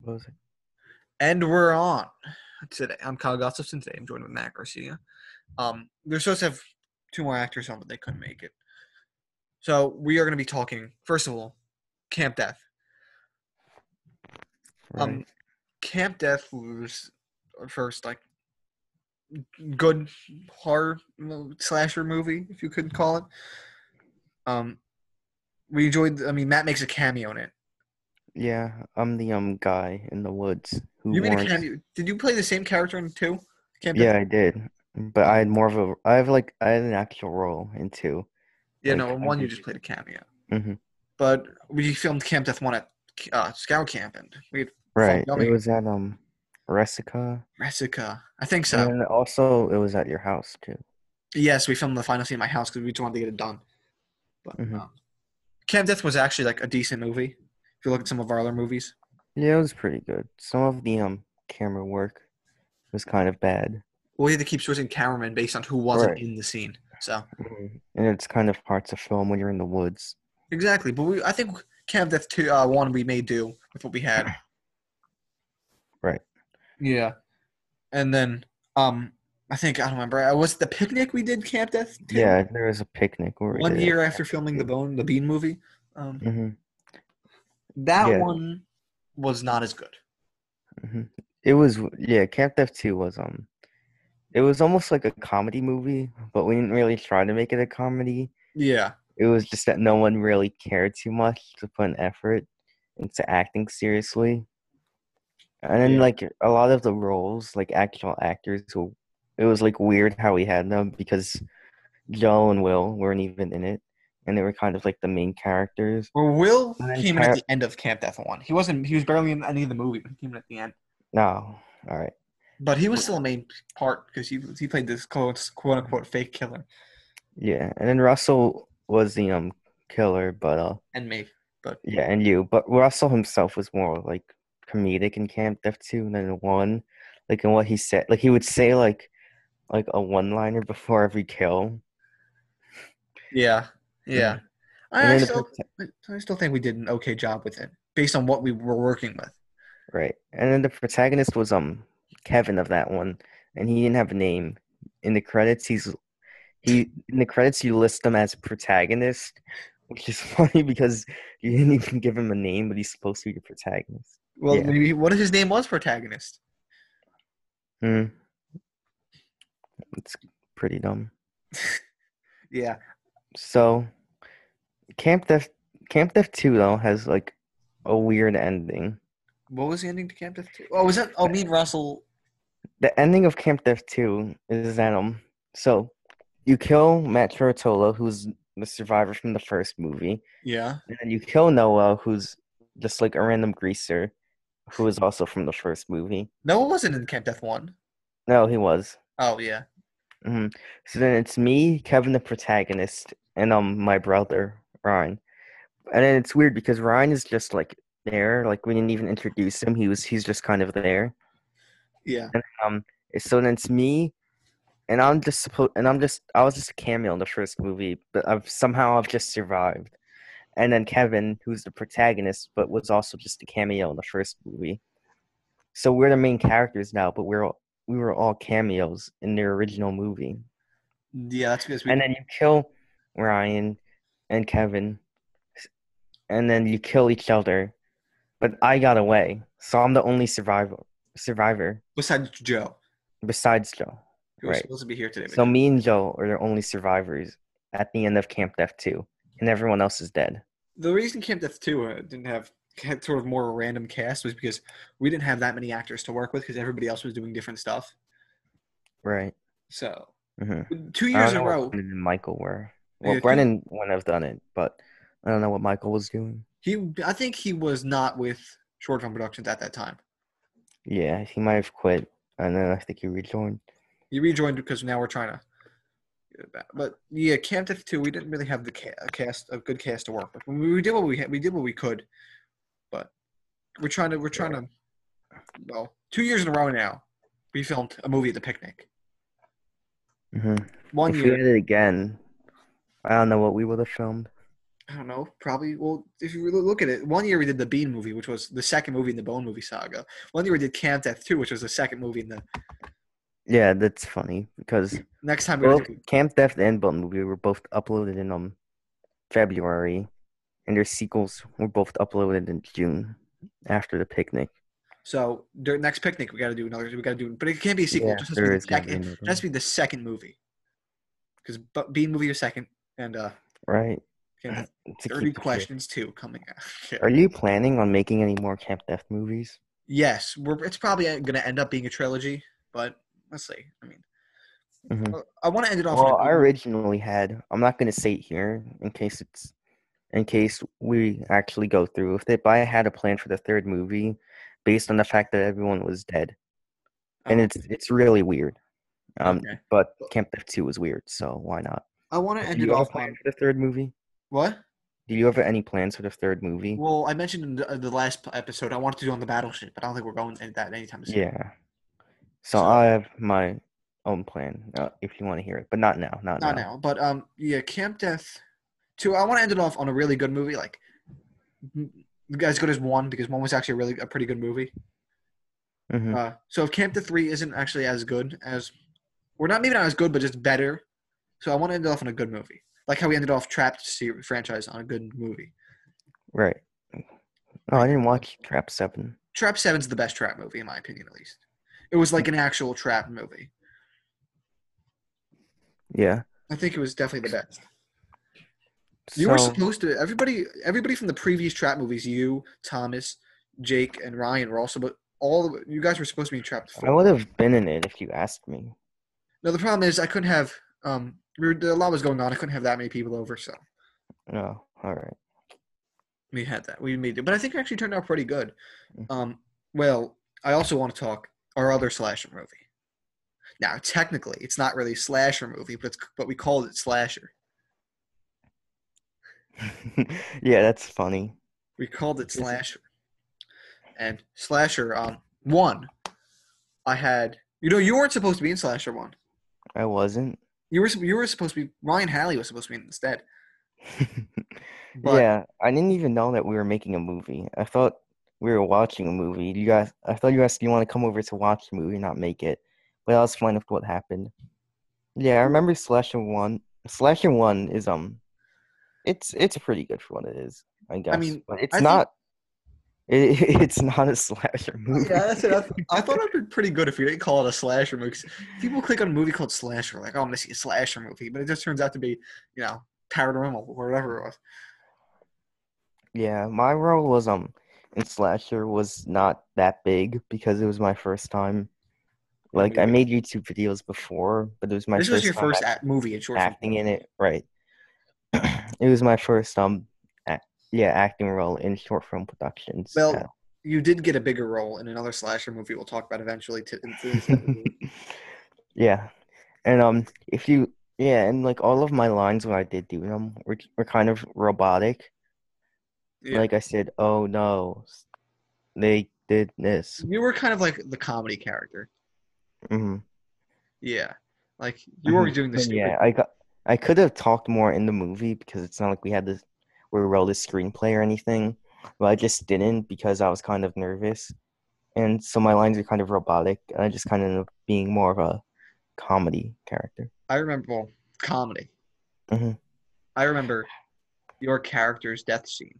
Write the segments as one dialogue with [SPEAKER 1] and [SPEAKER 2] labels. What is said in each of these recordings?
[SPEAKER 1] What was it?
[SPEAKER 2] And we're on today. I'm Kyle Gustafson. Today I'm joined with Matt Garcia. Um, they're supposed to have two more actors on, but they couldn't make it. So we are going to be talking, first of all, Camp Death. Um,
[SPEAKER 1] Right.
[SPEAKER 2] Camp Death was our first, like, good horror mo- slasher movie, if you could call it. Um, we enjoyed, I mean, Matt makes a cameo in it.
[SPEAKER 1] yeah, I'm the um guy in the woods who
[SPEAKER 2] You made a
[SPEAKER 1] warns-
[SPEAKER 2] cameo. Did you play the same character in two? Camp Death?
[SPEAKER 1] Yeah, I did. But I had more of a I have like I had an actual role in two.
[SPEAKER 2] Yeah,
[SPEAKER 1] Like,
[SPEAKER 2] no, in
[SPEAKER 1] I
[SPEAKER 2] one you
[SPEAKER 1] think-
[SPEAKER 2] just played a cameo.
[SPEAKER 1] Mhm.
[SPEAKER 2] But we filmed Camp Death One at uh, Scout Camp, and we had
[SPEAKER 1] Right.
[SPEAKER 2] yummy.
[SPEAKER 1] It was at um Resica.
[SPEAKER 2] Resica. I think so.
[SPEAKER 1] And also it was at your house too.
[SPEAKER 2] Yes, we filmed the final scene in my house because we just wanted to get it done. But
[SPEAKER 1] Mhm.
[SPEAKER 2] um, Camp Death was actually like a decent movie. If you look at some of our other movies,
[SPEAKER 1] Yeah, it was pretty good. Some of the um camera work was kind of bad.
[SPEAKER 2] we had to keep switching cameramen based on who wasn't
[SPEAKER 1] Right.
[SPEAKER 2] in the scene. So
[SPEAKER 1] Mhm. And it's kind of hard to film when you're in the woods.
[SPEAKER 2] exactly, but we I think Camp Death Two uh, One we may do with what we had.
[SPEAKER 1] Right.
[SPEAKER 2] Yeah, and then um, I think I don't remember. uh, Was it the picnic we did Camp Death? Two?
[SPEAKER 1] Yeah, there was a picnic where we
[SPEAKER 2] one
[SPEAKER 1] did it.
[SPEAKER 2] year after filming the Bone, the Bean movie. Um,
[SPEAKER 1] Mhm.
[SPEAKER 2] that
[SPEAKER 1] Yeah.
[SPEAKER 2] one was not as good.
[SPEAKER 1] It was yeah, Camp Death 2 was um it was almost like a comedy movie, but we didn't really try to make it a comedy.
[SPEAKER 2] Yeah,
[SPEAKER 1] It was just that no one really cared too much to put an effort into acting seriously. And then
[SPEAKER 2] Yeah.
[SPEAKER 1] like a lot of the roles, like actual actors who it was like weird how we had them because Joe and Will weren't even in it and they were kind of like the main characters.
[SPEAKER 2] Well, Will
[SPEAKER 1] And then
[SPEAKER 2] came in at
[SPEAKER 1] Car-
[SPEAKER 2] the end of Camp Death One. He wasn't. He was barely in any of the movie. But he came in at the end,
[SPEAKER 1] No. All right.
[SPEAKER 2] but he was still a main part because he he played this quote quote unquote fake killer
[SPEAKER 1] Yeah. And then Russell was the um killer, but uh
[SPEAKER 2] and me.
[SPEAKER 1] Yeah, and you, but Russell himself was more like comedic in Camp Death Two than in one. Like in what he said, like he would say like like a one-liner before every kill.
[SPEAKER 2] Yeah, yeah.
[SPEAKER 1] And
[SPEAKER 2] I, I
[SPEAKER 1] then the
[SPEAKER 2] still I still think we did an okay job with it based on what we were working with.
[SPEAKER 1] Right, and then the protagonist was um Kevin of that one, and he didn't have a name in the credits. He's he in the credits you list him as protagonist, which is funny because you didn't even give him a name, but he's supposed to be the protagonist.
[SPEAKER 2] Well,
[SPEAKER 1] Yeah.
[SPEAKER 2] maybe what if his name was protagonist?
[SPEAKER 1] Hmm, it's pretty dumb.
[SPEAKER 2] Yeah,
[SPEAKER 1] So, Camp Death Camp Death Two though has like a weird ending.
[SPEAKER 2] what was the ending to Camp Death Two? Oh, was that? Oh, me and Russell.
[SPEAKER 1] The ending of Camp Death Two is that um, so you kill Matt Trottola, who's the survivor from the first movie,
[SPEAKER 2] Yeah.
[SPEAKER 1] and then you kill Noah, who's just like a random greaser, who is also from the first movie.
[SPEAKER 2] No, it wasn't in Camp Death One.
[SPEAKER 1] No, he was.
[SPEAKER 2] Oh yeah.
[SPEAKER 1] hmm So then it's me, Kevin, the protagonist, and um my brother Ryan. And then it's weird because Ryan is just like there, like we didn't even introduce him. He was he's just kind of there.
[SPEAKER 2] Yeah.
[SPEAKER 1] Um, so then it's me, and I'm just supposed, and I'm just I was just a cameo in the first movie, but I've somehow I've just survived. And then Kevin, who's the protagonist, but was also just a cameo in the first movie. So we're the main characters now, but we're all, we were all cameos in their original movie
[SPEAKER 2] Yeah, that's because we.
[SPEAKER 1] and then you kill Ryan and Kevin, and then you kill each other. But I got away, so I'm the only survivor survivor
[SPEAKER 2] besides Joe,
[SPEAKER 1] besides Joe.
[SPEAKER 2] who was
[SPEAKER 1] Right.
[SPEAKER 2] supposed to be here today. but
[SPEAKER 1] So me and Joe are the only survivors at the end of Camp Death Two, and everyone else is dead.
[SPEAKER 2] the reason Camp Death 2 uh, didn't have had sort of more random cast was because we didn't have that many actors to work with because everybody else was doing different stuff.
[SPEAKER 1] Right.
[SPEAKER 2] So
[SPEAKER 1] hmm
[SPEAKER 2] two
[SPEAKER 1] I don't
[SPEAKER 2] years in
[SPEAKER 1] know what
[SPEAKER 2] a row,
[SPEAKER 1] Brennan and Michael were. Well,
[SPEAKER 2] Yeah, two-
[SPEAKER 1] Brennan wouldn't have done it, but I don't know what Michael was doing.
[SPEAKER 2] he I think he was not with Short Film Productions at that time.
[SPEAKER 1] Yeah, he might have quit, and then I think he rejoined.
[SPEAKER 2] He rejoined because now we're trying to. get it back. But yeah, Camp Death 2, we didn't really have the ca- a cast a good cast to work with. We, we did what we had, we did what we could, but we're trying to we're trying to. Well, two years in a row now, we filmed a movie at the picnic.
[SPEAKER 1] hmm
[SPEAKER 2] One
[SPEAKER 1] if
[SPEAKER 2] year
[SPEAKER 1] Mm-hmm. we did it again, I don't know what we would have filmed.
[SPEAKER 2] I don't know. Probably. Well, if you really look at it, one year we did the Bean movie, which was the second movie in the Bone movie saga. One year we did Camp Death Two, which was the second movie in the.
[SPEAKER 1] Yeah, that's funny because
[SPEAKER 2] Next time we
[SPEAKER 1] both
[SPEAKER 2] well,
[SPEAKER 1] Camp Theft and Bone Movie were both uploaded in um February, and their sequels were both uploaded in June after the picnic.
[SPEAKER 2] so their next picnic we got to do another. We got to do, but it can't be a sequel. it just has to be
[SPEAKER 1] there
[SPEAKER 2] the
[SPEAKER 1] is gonna be
[SPEAKER 2] second-
[SPEAKER 1] another
[SPEAKER 2] it has to be the second movie. Because Bean movie is second, and uh,
[SPEAKER 1] one. right.
[SPEAKER 2] Camp Death
[SPEAKER 1] To
[SPEAKER 2] Thirty
[SPEAKER 1] keep the faith.
[SPEAKER 2] Questions Two coming out. Yeah.
[SPEAKER 1] Are you planning on making any more Camp Death movies?
[SPEAKER 2] Yes, we're, it's probably going to end up being a trilogy, but let's see. I mean,
[SPEAKER 1] Mhm.
[SPEAKER 2] uh, I want to end it off. on a
[SPEAKER 1] Well, I
[SPEAKER 2] good-
[SPEAKER 1] originally had. I'm not gonna say it here in case it's in case we actually go through with it. But I had a plan for the third movie, based on the fact that everyone was dead, and
[SPEAKER 2] Oh,
[SPEAKER 1] it's it's really weird. Um,
[SPEAKER 2] okay.
[SPEAKER 1] but Camp Death Two was weird, so why not?
[SPEAKER 2] I want to
[SPEAKER 1] Do
[SPEAKER 2] end it
[SPEAKER 1] you have
[SPEAKER 2] off
[SPEAKER 1] a plan
[SPEAKER 2] on
[SPEAKER 1] for the third movie?
[SPEAKER 2] what?
[SPEAKER 1] Do you have any plans for the third movie?
[SPEAKER 2] Well, I mentioned in the, uh, the last p- episode I wanted to do on the battleship, but I don't think we're going at that anytime soon.
[SPEAKER 1] yeah. So,
[SPEAKER 2] So-
[SPEAKER 1] I have my own plan uh, if you want to hear it, but not now. Not,
[SPEAKER 2] Not
[SPEAKER 1] now.
[SPEAKER 2] now, but um, yeah, Camp Death Two. I want to end it off on a really good movie, like m- as good as one, because one was actually a really a pretty good movie.
[SPEAKER 1] Mhm.
[SPEAKER 2] Uh, so if Camp to Three isn't actually as good as, or not maybe not as good, but just better. So I want to end it off on a good movie, like how we ended off Trapped ser- franchise on a good movie.
[SPEAKER 1] Right. Oh, I didn't watch Trap Seven.
[SPEAKER 2] Trap Seven's the best trap movie in my opinion, at least. It was like an actual trap movie.
[SPEAKER 1] Yeah.
[SPEAKER 2] I think it was definitely the best. You
[SPEAKER 1] so,
[SPEAKER 2] were supposed to. Everybody, everybody from the previous trap movies, you, Thomas, Jake, and Ryan were also, but all you guys were supposed to be in Trap
[SPEAKER 1] I
[SPEAKER 2] Four.
[SPEAKER 1] would have been in it if you asked me.
[SPEAKER 2] No, the problem is I couldn't have. Um, we were, a lot was going on. I couldn't have that many people over, so.
[SPEAKER 1] No. All right.
[SPEAKER 2] We had that. We made it, but I think it actually turned out pretty good.
[SPEAKER 1] Mhm.
[SPEAKER 2] Um, well, I also want to talk our other slasher movie. Now, technically, it's not really a slasher movie, but it's, but we called it slasher.
[SPEAKER 1] yeah, that's funny.
[SPEAKER 2] We called it
[SPEAKER 1] Is it-
[SPEAKER 2] slasher. And slasher um one, I had you know you weren't supposed to be in slasher one.
[SPEAKER 1] I wasn't.
[SPEAKER 2] You were sup- you were supposed to be Ryan Halley was supposed to be in it instead. But
[SPEAKER 1] yeah, I didn't even know that we were making a movie. I thought we were watching a movie. You guys, I thought you guys you want to come over to watch the movie, not make it. But I was fine with what happened. Yeah, I remember Slasher One. Slasher One is um, it's it's pretty good for what it is, I guess.
[SPEAKER 2] mean,
[SPEAKER 1] but it's
[SPEAKER 2] I think-
[SPEAKER 1] not. It, it's not a slasher movie.
[SPEAKER 2] Yeah, that's it. I, th- I thought it'd be pretty good if we didn't call it a slasher movie. 'cause People click on a movie called slasher, like, oh, I'm gonna see a slasher movie, but it just turns out to be, you know, paranormal or whatever it was.
[SPEAKER 1] Yeah, my role was um in Slasher was not that big because it was my first time.
[SPEAKER 2] Yeah,
[SPEAKER 1] Like
[SPEAKER 2] me
[SPEAKER 1] I
[SPEAKER 2] too.
[SPEAKER 1] made YouTube videos before, but it was my
[SPEAKER 2] this was
[SPEAKER 1] first
[SPEAKER 2] your
[SPEAKER 1] time
[SPEAKER 2] first
[SPEAKER 1] act-
[SPEAKER 2] act movie in short. film.
[SPEAKER 1] acting in it. Right. it was my first um ac yeah acting role in short film productions.
[SPEAKER 2] Well,
[SPEAKER 1] uh,
[SPEAKER 2] You did get a bigger role in another slasher movie we'll talk about eventually. To, in this episode.
[SPEAKER 1] yeah, and um if you yeah and like all of my lines when I did do them were were kind of robotic.
[SPEAKER 2] Yeah.
[SPEAKER 1] Like I said, oh no, s- they did this.
[SPEAKER 2] you were kind of like the comedy character.
[SPEAKER 1] hmm
[SPEAKER 2] Yeah, like you were
[SPEAKER 1] Mhm.
[SPEAKER 2] doing the
[SPEAKER 1] But
[SPEAKER 2] stupid.
[SPEAKER 1] Yeah, I got. I could have talked more in the movie because it's not like we had this. We wrote a screenplay or anything, but I just didn't because I was kind of nervous, and so my lines are kind of robotic. And I just kind of ended up being more of a comedy character.
[SPEAKER 2] I remember well, comedy.
[SPEAKER 1] Mhm.
[SPEAKER 2] I remember your character's death scene.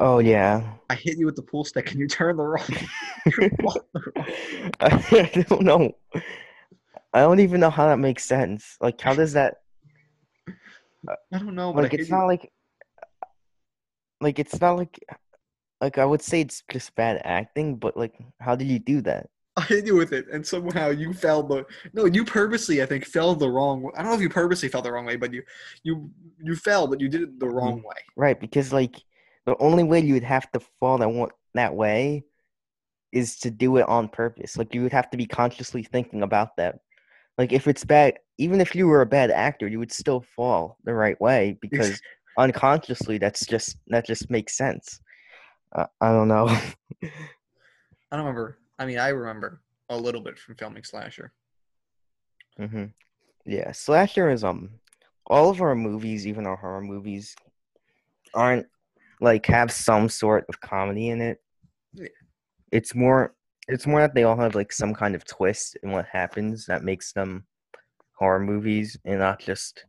[SPEAKER 1] Oh yeah,
[SPEAKER 2] I hit you with the pool stick, and you turned the wrong.
[SPEAKER 1] I don't know. I don't even know how that makes sense. Like, how does that?
[SPEAKER 2] I don't know. Oh, But
[SPEAKER 1] like
[SPEAKER 2] I hit
[SPEAKER 1] it's
[SPEAKER 2] you.
[SPEAKER 1] not like like it's not like like I would say it's just bad acting, but like how did you do that?
[SPEAKER 2] I hit you with it, and somehow you fell the no. You purposely, I think, fell the wrong. way. I don't know if you purposely fell the wrong way, but you you you fell, but you did it the wrong way.
[SPEAKER 1] Right, because like the only way you would have to fall that one that way is to do it on purpose. Like you would have to be consciously thinking about that. Like if it's bad, even if you were a bad actor, you would still fall the right way because unconsciously that's just that just makes sense. Uh, I don't know.
[SPEAKER 2] I don't remember. I mean, I remember a little bit from filming Slasher.
[SPEAKER 1] Mm-hmm. Yeah, slasher is um all of our movies, even our horror movies, aren't like have some sort of comedy in it.
[SPEAKER 2] Yeah.
[SPEAKER 1] It's more it's more that they all have like some kind of twist in what happens that makes them horror movies and not just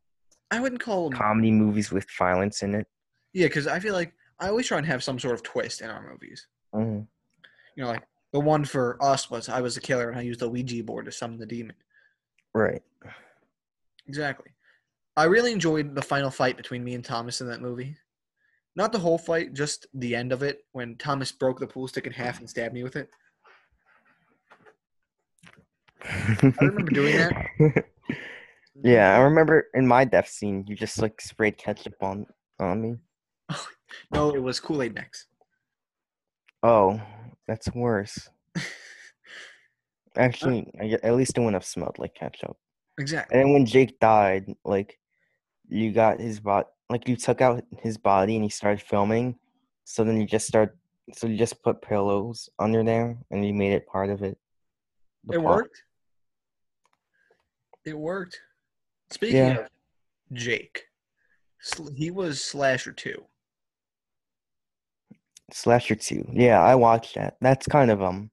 [SPEAKER 2] I wouldn't call them.
[SPEAKER 1] comedy movies with violence in it.
[SPEAKER 2] Yeah, because I feel like I always try and have some sort of twist in our movies.
[SPEAKER 1] Mhm.
[SPEAKER 2] You know, like the one for us was I was the killer and I used a Ouija board to summon the demon.
[SPEAKER 1] Right.
[SPEAKER 2] Exactly. I really enjoyed the final fight between me and Thomas in that movie. Not the whole fight, just the end of it when Thomas broke the pool stick in half and stabbed me with it. I remember doing
[SPEAKER 1] that. yeah, I remember in my death scene, you just like sprayed ketchup on on me.
[SPEAKER 2] No, it was Kool Aid next.
[SPEAKER 1] Oh, that's worse. Actually, I, gue- at least it wouldn't have smelled like ketchup.
[SPEAKER 2] Exactly.
[SPEAKER 1] And then when Jake died, like you got his bot, like you took out his body and he started filming. So then you just start, so you just put pillows under there and you made it part of it. The
[SPEAKER 2] It
[SPEAKER 1] plot.
[SPEAKER 2] worked. It worked. Speaking
[SPEAKER 1] Yeah.
[SPEAKER 2] of Jake, sl- he was slasher two.
[SPEAKER 1] Slasher two. Yeah, I watched that. That's kind of um,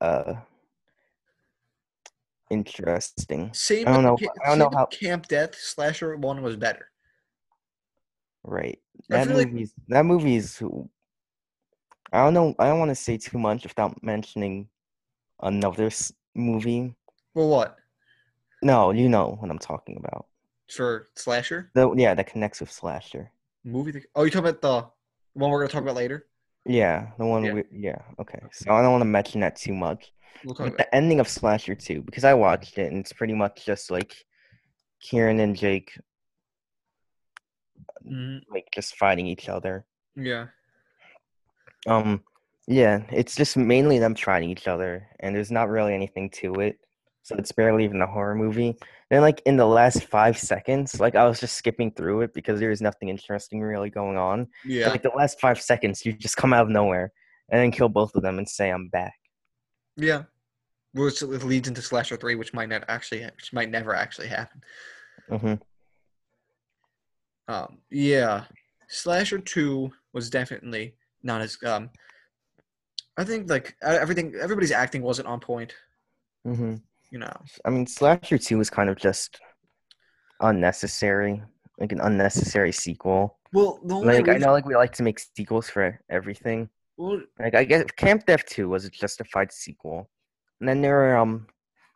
[SPEAKER 1] uh, interesting.
[SPEAKER 2] Same.
[SPEAKER 1] I don't know-
[SPEAKER 2] with ca-
[SPEAKER 1] I don't know
[SPEAKER 2] same with
[SPEAKER 1] how-
[SPEAKER 2] Camp Death slasher one was better.
[SPEAKER 1] Right.
[SPEAKER 2] I
[SPEAKER 1] That
[SPEAKER 2] feel like-
[SPEAKER 1] movie's that movie's I don't know I don't want to say too much without mentioning another s- movie.
[SPEAKER 2] For what?
[SPEAKER 1] No, you know what I'm talking about.
[SPEAKER 2] For slasher
[SPEAKER 1] The yeah, that connects with slasher.
[SPEAKER 2] movie? that- Oh, you talking about the one we're gonna talk about later?
[SPEAKER 1] Yeah, the one
[SPEAKER 2] Yeah.
[SPEAKER 1] yeah. yeah, okay. So I don't want to mention that too much.
[SPEAKER 2] We'll talk
[SPEAKER 1] But
[SPEAKER 2] about.
[SPEAKER 1] the ending of Slasher 2 because I watched it and it's pretty much just like Kieran and Jake
[SPEAKER 2] It. Mhm.
[SPEAKER 1] like just fighting each other.
[SPEAKER 2] Yeah.
[SPEAKER 1] Um, yeah, it's just mainly them fighting each other, and there's not really anything to it, so it's barely even a horror movie. Then, like in the last five seconds, like I was just skipping through it because there was nothing interesting really going on.
[SPEAKER 2] Yeah.
[SPEAKER 1] And, Like the last five seconds, you just come out of nowhere and then kill both of them and say, "I'm back."
[SPEAKER 2] yeah. Which leads into slasher three, which might not actually, which might never actually happen.
[SPEAKER 1] hmm
[SPEAKER 2] Um, yeah, Slasher Two was definitely not as. Um, I think like e- everything, everybody's acting wasn't on point.
[SPEAKER 1] hmm
[SPEAKER 2] You know,
[SPEAKER 1] I mean, Slasher Two was kind of just unnecessary, like an unnecessary sequel.
[SPEAKER 2] well the only
[SPEAKER 1] Like I
[SPEAKER 2] reason-
[SPEAKER 1] know, like we like to make sequels for everything.
[SPEAKER 2] well,
[SPEAKER 1] Like I guess Camp Death Two was a justified sequel, and then there are um,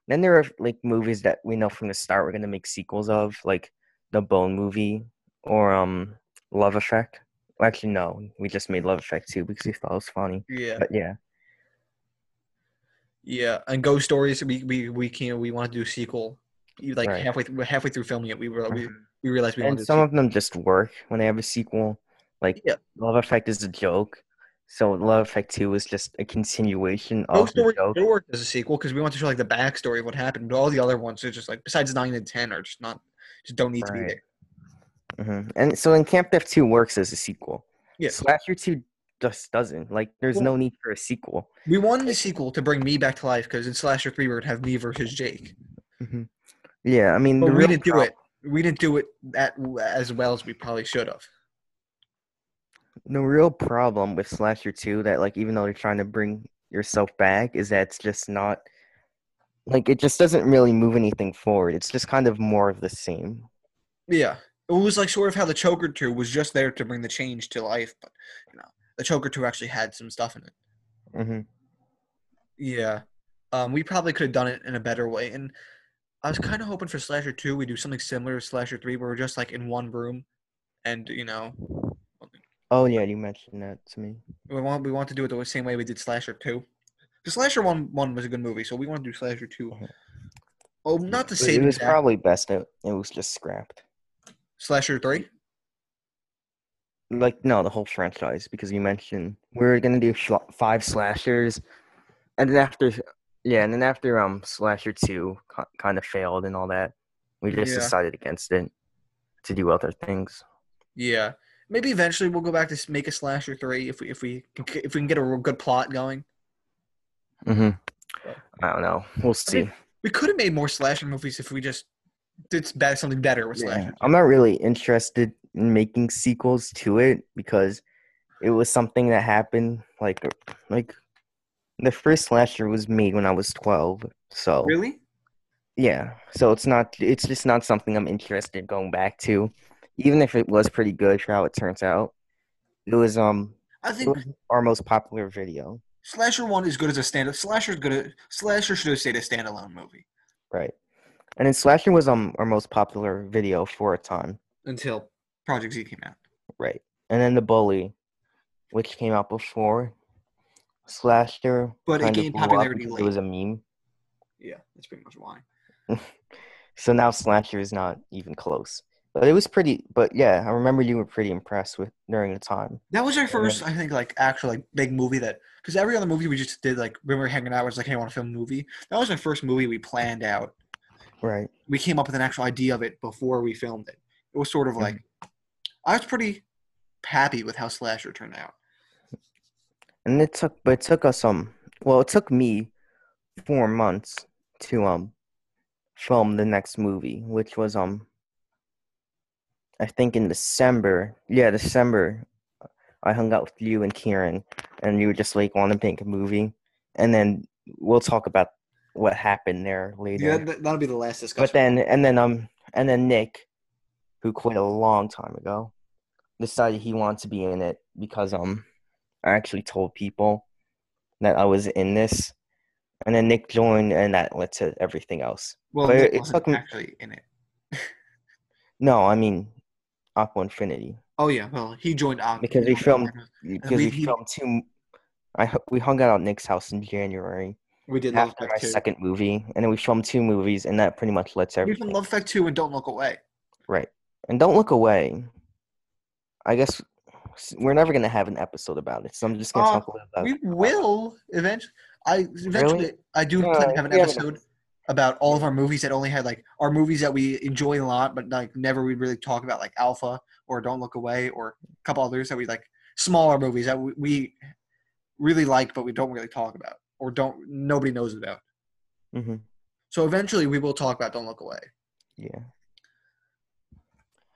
[SPEAKER 1] then there are like movies that we know from the start we're gonna make sequels of, like the Bone movie or um Love Effect. Well, actually, no, we just made Love Effect Two because we thought it was funny.
[SPEAKER 2] yeah,
[SPEAKER 1] But yeah,
[SPEAKER 2] yeah, and Ghost Stories. We we we can we want to do a sequel. You like
[SPEAKER 1] Right. Mm-hmm.
[SPEAKER 2] halfway through, halfway through filming it, we were we, we realized we
[SPEAKER 1] and
[SPEAKER 2] wanted
[SPEAKER 1] some of them just work when they have a sequel. Like
[SPEAKER 2] Yeah.
[SPEAKER 1] Love Effect is a joke, so Love Effect Two was just a continuation of
[SPEAKER 2] Ghost
[SPEAKER 1] the
[SPEAKER 2] Stories
[SPEAKER 1] joke.
[SPEAKER 2] still worked as a sequel because we want to show like the backstory of what happened. But all the other ones are just like besides nine and ten are just not just don't need to be
[SPEAKER 1] Right.
[SPEAKER 2] there.
[SPEAKER 1] hmm And so then Camp Death 2 works as a sequel.
[SPEAKER 2] Yeah.
[SPEAKER 1] Slasher 2 just doesn't. Like, there's
[SPEAKER 2] Well-
[SPEAKER 1] no need for a sequel.
[SPEAKER 2] We wanted a sequel to bring me back to life because in Slasher Three we're gonna have me versus Jake.
[SPEAKER 1] Yeah, I mean,
[SPEAKER 2] But
[SPEAKER 1] the
[SPEAKER 2] we
[SPEAKER 1] real
[SPEAKER 2] didn't do
[SPEAKER 1] prob-
[SPEAKER 2] it. We didn't do it that as well as we probably should have.
[SPEAKER 1] The real problem with Slasher 2 that, like, even though they're trying to bring yourself back, is that it's just not. Like, it just doesn't really move anything forward. It's just kind of more of the same.
[SPEAKER 2] Yeah, it was like sort of how the Choker Two was just there to bring the change to life, but you know, the Choker Two actually had some stuff in it. Mm-hmm.
[SPEAKER 1] hmm
[SPEAKER 2] Yeah, um, we probably could have done it in a better way. And I was kind of hoping for Slasher Two, we do something similar to Slasher Three, where we're just like in one room, and you know,
[SPEAKER 1] Oh, yeah, you mentioned that to me.
[SPEAKER 2] we want we want to do it the same way we did Slasher Two. The Slasher One one was a good movie, so we want to do Slasher Two.
[SPEAKER 1] Mhm.
[SPEAKER 2] Oh, not the
[SPEAKER 1] It-
[SPEAKER 2] same
[SPEAKER 1] It was
[SPEAKER 2] exact
[SPEAKER 1] probably best. It, it was just scrapped.
[SPEAKER 2] Slasher Three.
[SPEAKER 1] like no the whole franchise because you mentioned we were gonna do sl- five slashers and then after yeah and then after um slasher 2 ki kind of failed and all that we just
[SPEAKER 2] Yeah.
[SPEAKER 1] decided against it to do other things
[SPEAKER 2] Yeah, maybe eventually we'll go back to s- make a slasher three if we if we can c- if we can get a real good plot going.
[SPEAKER 1] mm-hmm. i don't know we'll see
[SPEAKER 2] We could have made more slasher movies if we just it's better, something better with
[SPEAKER 1] Yeah.
[SPEAKER 2] Slasher.
[SPEAKER 1] I'm not really interested in making sequels to it because it was something that happened like like the first slasher was made when I was 12. So
[SPEAKER 2] Really?
[SPEAKER 1] yeah, so it's not it's just not something I'm interested in going back to, even if it was pretty good for how it turns out. It was um
[SPEAKER 2] I
[SPEAKER 1] it
[SPEAKER 2] think
[SPEAKER 1] was our most popular video,
[SPEAKER 2] Slasher One is good as a stand-up. Slasher's good. At, Slasher should have stayed a standalone movie
[SPEAKER 1] right? And then slasher was um our most popular video for a time,
[SPEAKER 2] until Project Z came out.
[SPEAKER 1] right? And then the bully, which came out before slasher,
[SPEAKER 2] But it
[SPEAKER 1] kind of
[SPEAKER 2] gained
[SPEAKER 1] blew up
[SPEAKER 2] popularity
[SPEAKER 1] because
[SPEAKER 2] late.
[SPEAKER 1] It was a meme.
[SPEAKER 2] Yeah, that's pretty much why.
[SPEAKER 1] So now Slasher is not even close. But it was pretty. But yeah, I remember you were pretty impressed with during the time.
[SPEAKER 2] That was our first, I think, like actual like big movie that because every other movie we just did like when we were hanging out it was like, hey, I want to film a movie. That was our first movie we planned out.
[SPEAKER 1] Right.
[SPEAKER 2] We came up with an actual idea of it before we filmed it. It was sort of
[SPEAKER 1] Mm-hmm.
[SPEAKER 2] like I was pretty happy with how Slasher turned out.
[SPEAKER 1] And it took, but it took us um. Well, it took me four months to um film the next movie, which was um. I think in December. Yeah, December. I hung out with you and Kieran, and you were just like want to make a movie, and then we'll talk about what happened there later.
[SPEAKER 2] Yeah, that, that'll be the last discussion.
[SPEAKER 1] But then, and then, um, and then Nick, who quit a long time ago, decided he wanted to be in it because um, I actually told people that I was in this, and then Nick joined, and that led to everything else.
[SPEAKER 2] well,
[SPEAKER 1] but
[SPEAKER 2] Nick
[SPEAKER 1] it
[SPEAKER 2] wasn't
[SPEAKER 1] took me-
[SPEAKER 2] actually in it.
[SPEAKER 1] No, I mean, Aqua Infinity
[SPEAKER 2] Oh yeah, well, he joined Aqua
[SPEAKER 1] Because we filmed- because we
[SPEAKER 2] we- we-
[SPEAKER 1] filmed two. I hu- we hung out at Nick's house in January
[SPEAKER 2] We did Love
[SPEAKER 1] after my
[SPEAKER 2] Effect two.
[SPEAKER 1] second movie, and then we filmed two movies, and that pretty much led to
[SPEAKER 2] We
[SPEAKER 1] everything.
[SPEAKER 2] filmed Love Effect two and Don't Look Away.
[SPEAKER 1] Right. And don't look away. I guess s- we're never gonna have an episode about it, so I'm just gonna
[SPEAKER 2] Uh,
[SPEAKER 1] talk a little about.
[SPEAKER 2] we will eventually. I eventually
[SPEAKER 1] Really? Uh,
[SPEAKER 2] I do
[SPEAKER 1] No,
[SPEAKER 2] plan to have an
[SPEAKER 1] we have an
[SPEAKER 2] episode about all of our movies that only had like our movies that we enjoy a lot, but like never we really talk about like Alpha or Don't Look Away or a couple others that we like smaller movies that we, we really like but we don't really talk about or don't nobody knows about.
[SPEAKER 1] Mhm.
[SPEAKER 2] So eventually we will talk about Don't Look Away.
[SPEAKER 1] Yeah.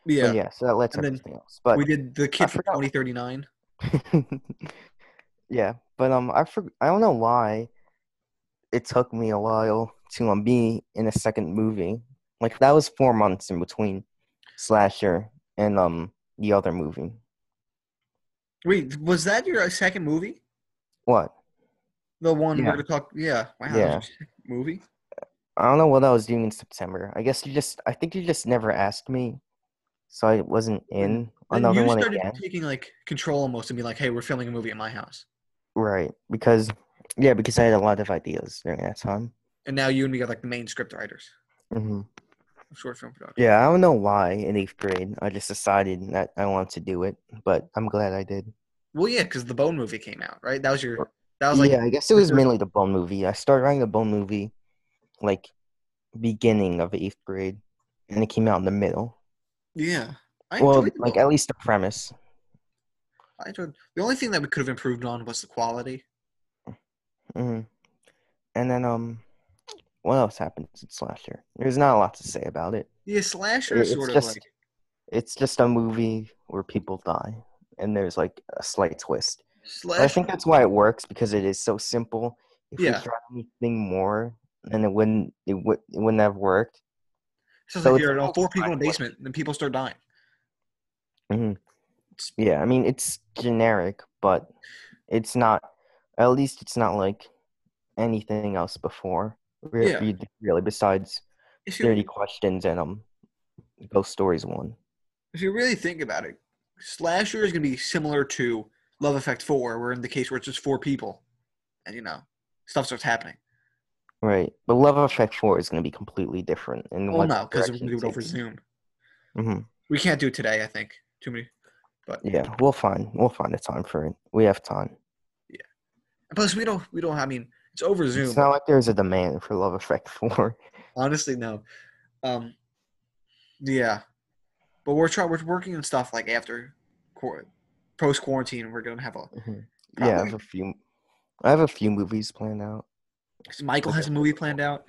[SPEAKER 1] But
[SPEAKER 2] Yeah,
[SPEAKER 1] Yeah. So that lets
[SPEAKER 2] And then
[SPEAKER 1] everything else. But
[SPEAKER 2] we did the
[SPEAKER 1] I
[SPEAKER 2] kid from
[SPEAKER 1] forgot-
[SPEAKER 2] 2039.
[SPEAKER 1] yeah, but um, I for- I don't know why it took me a while to um be in a second movie. Like that was four months in between Slasher and um the other movie.
[SPEAKER 2] Wait, was that your uh, second movie?
[SPEAKER 1] What?
[SPEAKER 2] The one
[SPEAKER 1] Yeah.
[SPEAKER 2] we're gonna talk? Yeah. Wow. that was
[SPEAKER 1] Yeah.
[SPEAKER 2] your second Movie.
[SPEAKER 1] I don't know what I was doing in September. I guess you just I think you just never asked me. So I wasn't in
[SPEAKER 2] And
[SPEAKER 1] another
[SPEAKER 2] you
[SPEAKER 1] one
[SPEAKER 2] started
[SPEAKER 1] again.
[SPEAKER 2] taking like control almost and be like, "Hey, we're filming a movie at my house,"
[SPEAKER 1] Right. Because yeah, because I had a lot of ideas during that time.
[SPEAKER 2] and now you and me are like the main script writers Mm-hmm.
[SPEAKER 1] hmm
[SPEAKER 2] of short film production.
[SPEAKER 1] Yeah, I don't know why in eighth grade I just decided that I wanted to do it, but I'm glad I did.
[SPEAKER 2] Well, yeah, because the Bone movie came out, right? That was your. That was like
[SPEAKER 1] yeah, I guess it
[SPEAKER 2] the
[SPEAKER 1] was
[SPEAKER 2] third-
[SPEAKER 1] mainly the Bone movie. I started writing the Bone movie like beginning of eighth grade, and it came out in the middle.
[SPEAKER 2] yeah. I
[SPEAKER 1] Well,
[SPEAKER 2] enjoyed the
[SPEAKER 1] like
[SPEAKER 2] Bone.
[SPEAKER 1] at least the premise.
[SPEAKER 2] I enjoyed. The only thing that we could have improved on was the quality.
[SPEAKER 1] hmm And then um, what else happens in Slasher? There's not a lot to say about it.
[SPEAKER 2] Yeah, slasher
[SPEAKER 1] It-
[SPEAKER 2] is
[SPEAKER 1] it's
[SPEAKER 2] sort
[SPEAKER 1] just-
[SPEAKER 2] of like
[SPEAKER 1] It's just a movie where people die, and there's like a slight twist. But I
[SPEAKER 2] slasher.
[SPEAKER 1] think that's why it works because it is so simple. If
[SPEAKER 2] Yeah.
[SPEAKER 1] we tried anything more, then it wouldn't it would it wouldn't have worked.
[SPEAKER 2] So it's
[SPEAKER 1] so
[SPEAKER 2] like
[SPEAKER 1] it's
[SPEAKER 2] you're all
[SPEAKER 1] almost
[SPEAKER 2] four people in a
[SPEAKER 1] like-
[SPEAKER 2] basement, and people start dying.
[SPEAKER 1] Yeah, I mean it's generic, but it's not. At least it's not like anything else before. Re-
[SPEAKER 2] Yeah.
[SPEAKER 1] you d- really, besides
[SPEAKER 2] If you
[SPEAKER 1] Thirty Questions and um, Ghost Stories one.
[SPEAKER 2] if you really think about it, slasher is going to be similar to Love Effect Four, where in the case where it's just four people, and you know, stuff starts happening.
[SPEAKER 1] Right, but Love Effect Four is going to be completely different. And
[SPEAKER 2] Well, no, because we're going to do it over Zoom.
[SPEAKER 1] hmm
[SPEAKER 2] We can't do it today. I think too many.
[SPEAKER 1] Yeah, we'll find we'll find a time for it. We have time.
[SPEAKER 2] Plus, we don't. We don't. I mean, it's over Zoom.
[SPEAKER 1] It's not like there's a demand for Love Effect Four.
[SPEAKER 2] honestly, no. Um, yeah, but we're trying. We're working on stuff like after, post quarantine. We're gonna have a.
[SPEAKER 1] Mhm. Yeah, I
[SPEAKER 2] Mm-hmm. Probably.
[SPEAKER 1] have a few. I have a few movies planned out.
[SPEAKER 2] Michael has a movie planned out.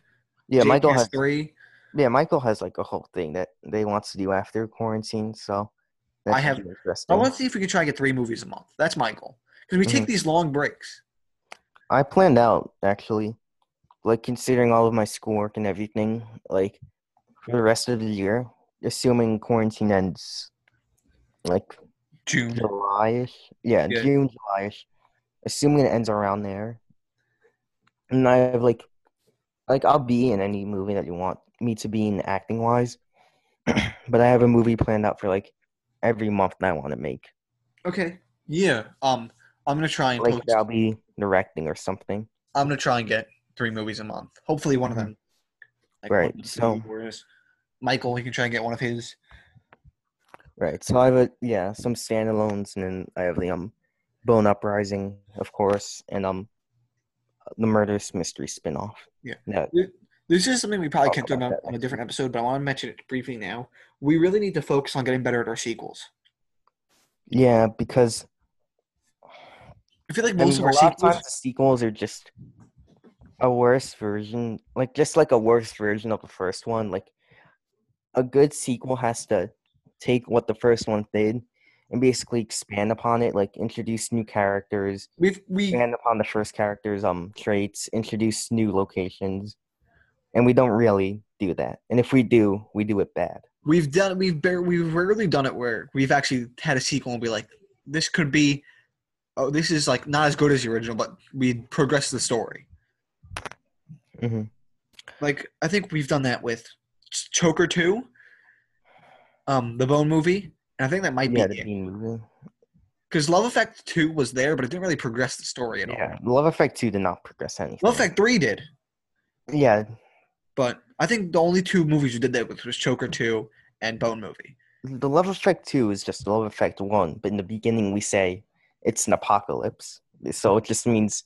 [SPEAKER 1] Yeah,
[SPEAKER 2] Jake
[SPEAKER 1] Michael
[SPEAKER 2] has
[SPEAKER 1] has.
[SPEAKER 2] three.
[SPEAKER 1] Yeah, Michael has like a whole thing that they wants to do after quarantine, so that
[SPEAKER 2] I
[SPEAKER 1] should
[SPEAKER 2] have-
[SPEAKER 1] be
[SPEAKER 2] I
[SPEAKER 1] interesting.
[SPEAKER 2] want to see if we can try to get three movies a month. That's my goal. Because we take
[SPEAKER 1] Mhm.
[SPEAKER 2] these long breaks.
[SPEAKER 1] I planned out actually, like considering all of my schoolwork and everything, like for the rest of the year, assuming quarantine ends, like
[SPEAKER 2] June.
[SPEAKER 1] July-ish. Yeah,
[SPEAKER 2] Yeah.
[SPEAKER 1] June, July-ish. Assuming it ends around there. And I have like, like I'll be in any movie that you want me to be in acting wise, but I have a movie planned out for like every month that I want to make.
[SPEAKER 2] Okay. Yeah. Um, I'm gonna try and
[SPEAKER 1] Like
[SPEAKER 2] post.
[SPEAKER 1] I'll be directing or something.
[SPEAKER 2] I'm gonna try and get three movies a month. Hopefully, one of them. Like,
[SPEAKER 1] Right,
[SPEAKER 2] one of the
[SPEAKER 1] so-
[SPEAKER 2] Warriors. Michael, he can try and get one of his.
[SPEAKER 1] Right. So I have a yeah some standalones, and then I have the um, Bone Uprising, of course, and um, the Murderous Mystery spinoff.
[SPEAKER 2] Yeah.
[SPEAKER 1] That-
[SPEAKER 2] This is something we probably
[SPEAKER 1] Talk
[SPEAKER 2] can talk
[SPEAKER 1] about
[SPEAKER 2] about
[SPEAKER 1] that
[SPEAKER 2] on a
[SPEAKER 1] next
[SPEAKER 2] different episode, but I want to mention it briefly now. We really need to focus on getting better at our sequels.
[SPEAKER 1] yeah, because
[SPEAKER 2] I feel like
[SPEAKER 1] I
[SPEAKER 2] most
[SPEAKER 1] mean,
[SPEAKER 2] of
[SPEAKER 1] a
[SPEAKER 2] our
[SPEAKER 1] lot of
[SPEAKER 2] sequels.
[SPEAKER 1] times the sequels are just a worse version, like just like a worse version of the first one. Like a good sequel has to take what the first one did and basically expand upon it, like introduce new characters,
[SPEAKER 2] We've we
[SPEAKER 1] expand upon the first character's um traits, introduce new locations, and we don't really do that. And if we do, we do it bad.
[SPEAKER 2] we've done we've bar- we've rarely done it where we've actually had a sequel and be like, this could be, oh, this is like not as good as the original, but we progress the story.
[SPEAKER 1] Mm-hmm.
[SPEAKER 2] like I think we've done that with Ch- Choker Two, um, the Bone movie, and I think that might
[SPEAKER 1] Yeah,
[SPEAKER 2] be
[SPEAKER 1] the
[SPEAKER 2] it
[SPEAKER 1] Bean movie.
[SPEAKER 2] because Love Effect Two was there, but it didn't really progress the story at all.
[SPEAKER 1] Yeah, Love Effect Two did not progress anything.
[SPEAKER 2] Love Effect Three did,
[SPEAKER 1] yeah,
[SPEAKER 2] but I think the only two movies you did that with was Choker Two and Bone movie.
[SPEAKER 1] The Love Effect 2 is just Love Effect 1, but in the beginning we say it's an apocalypse. So it just means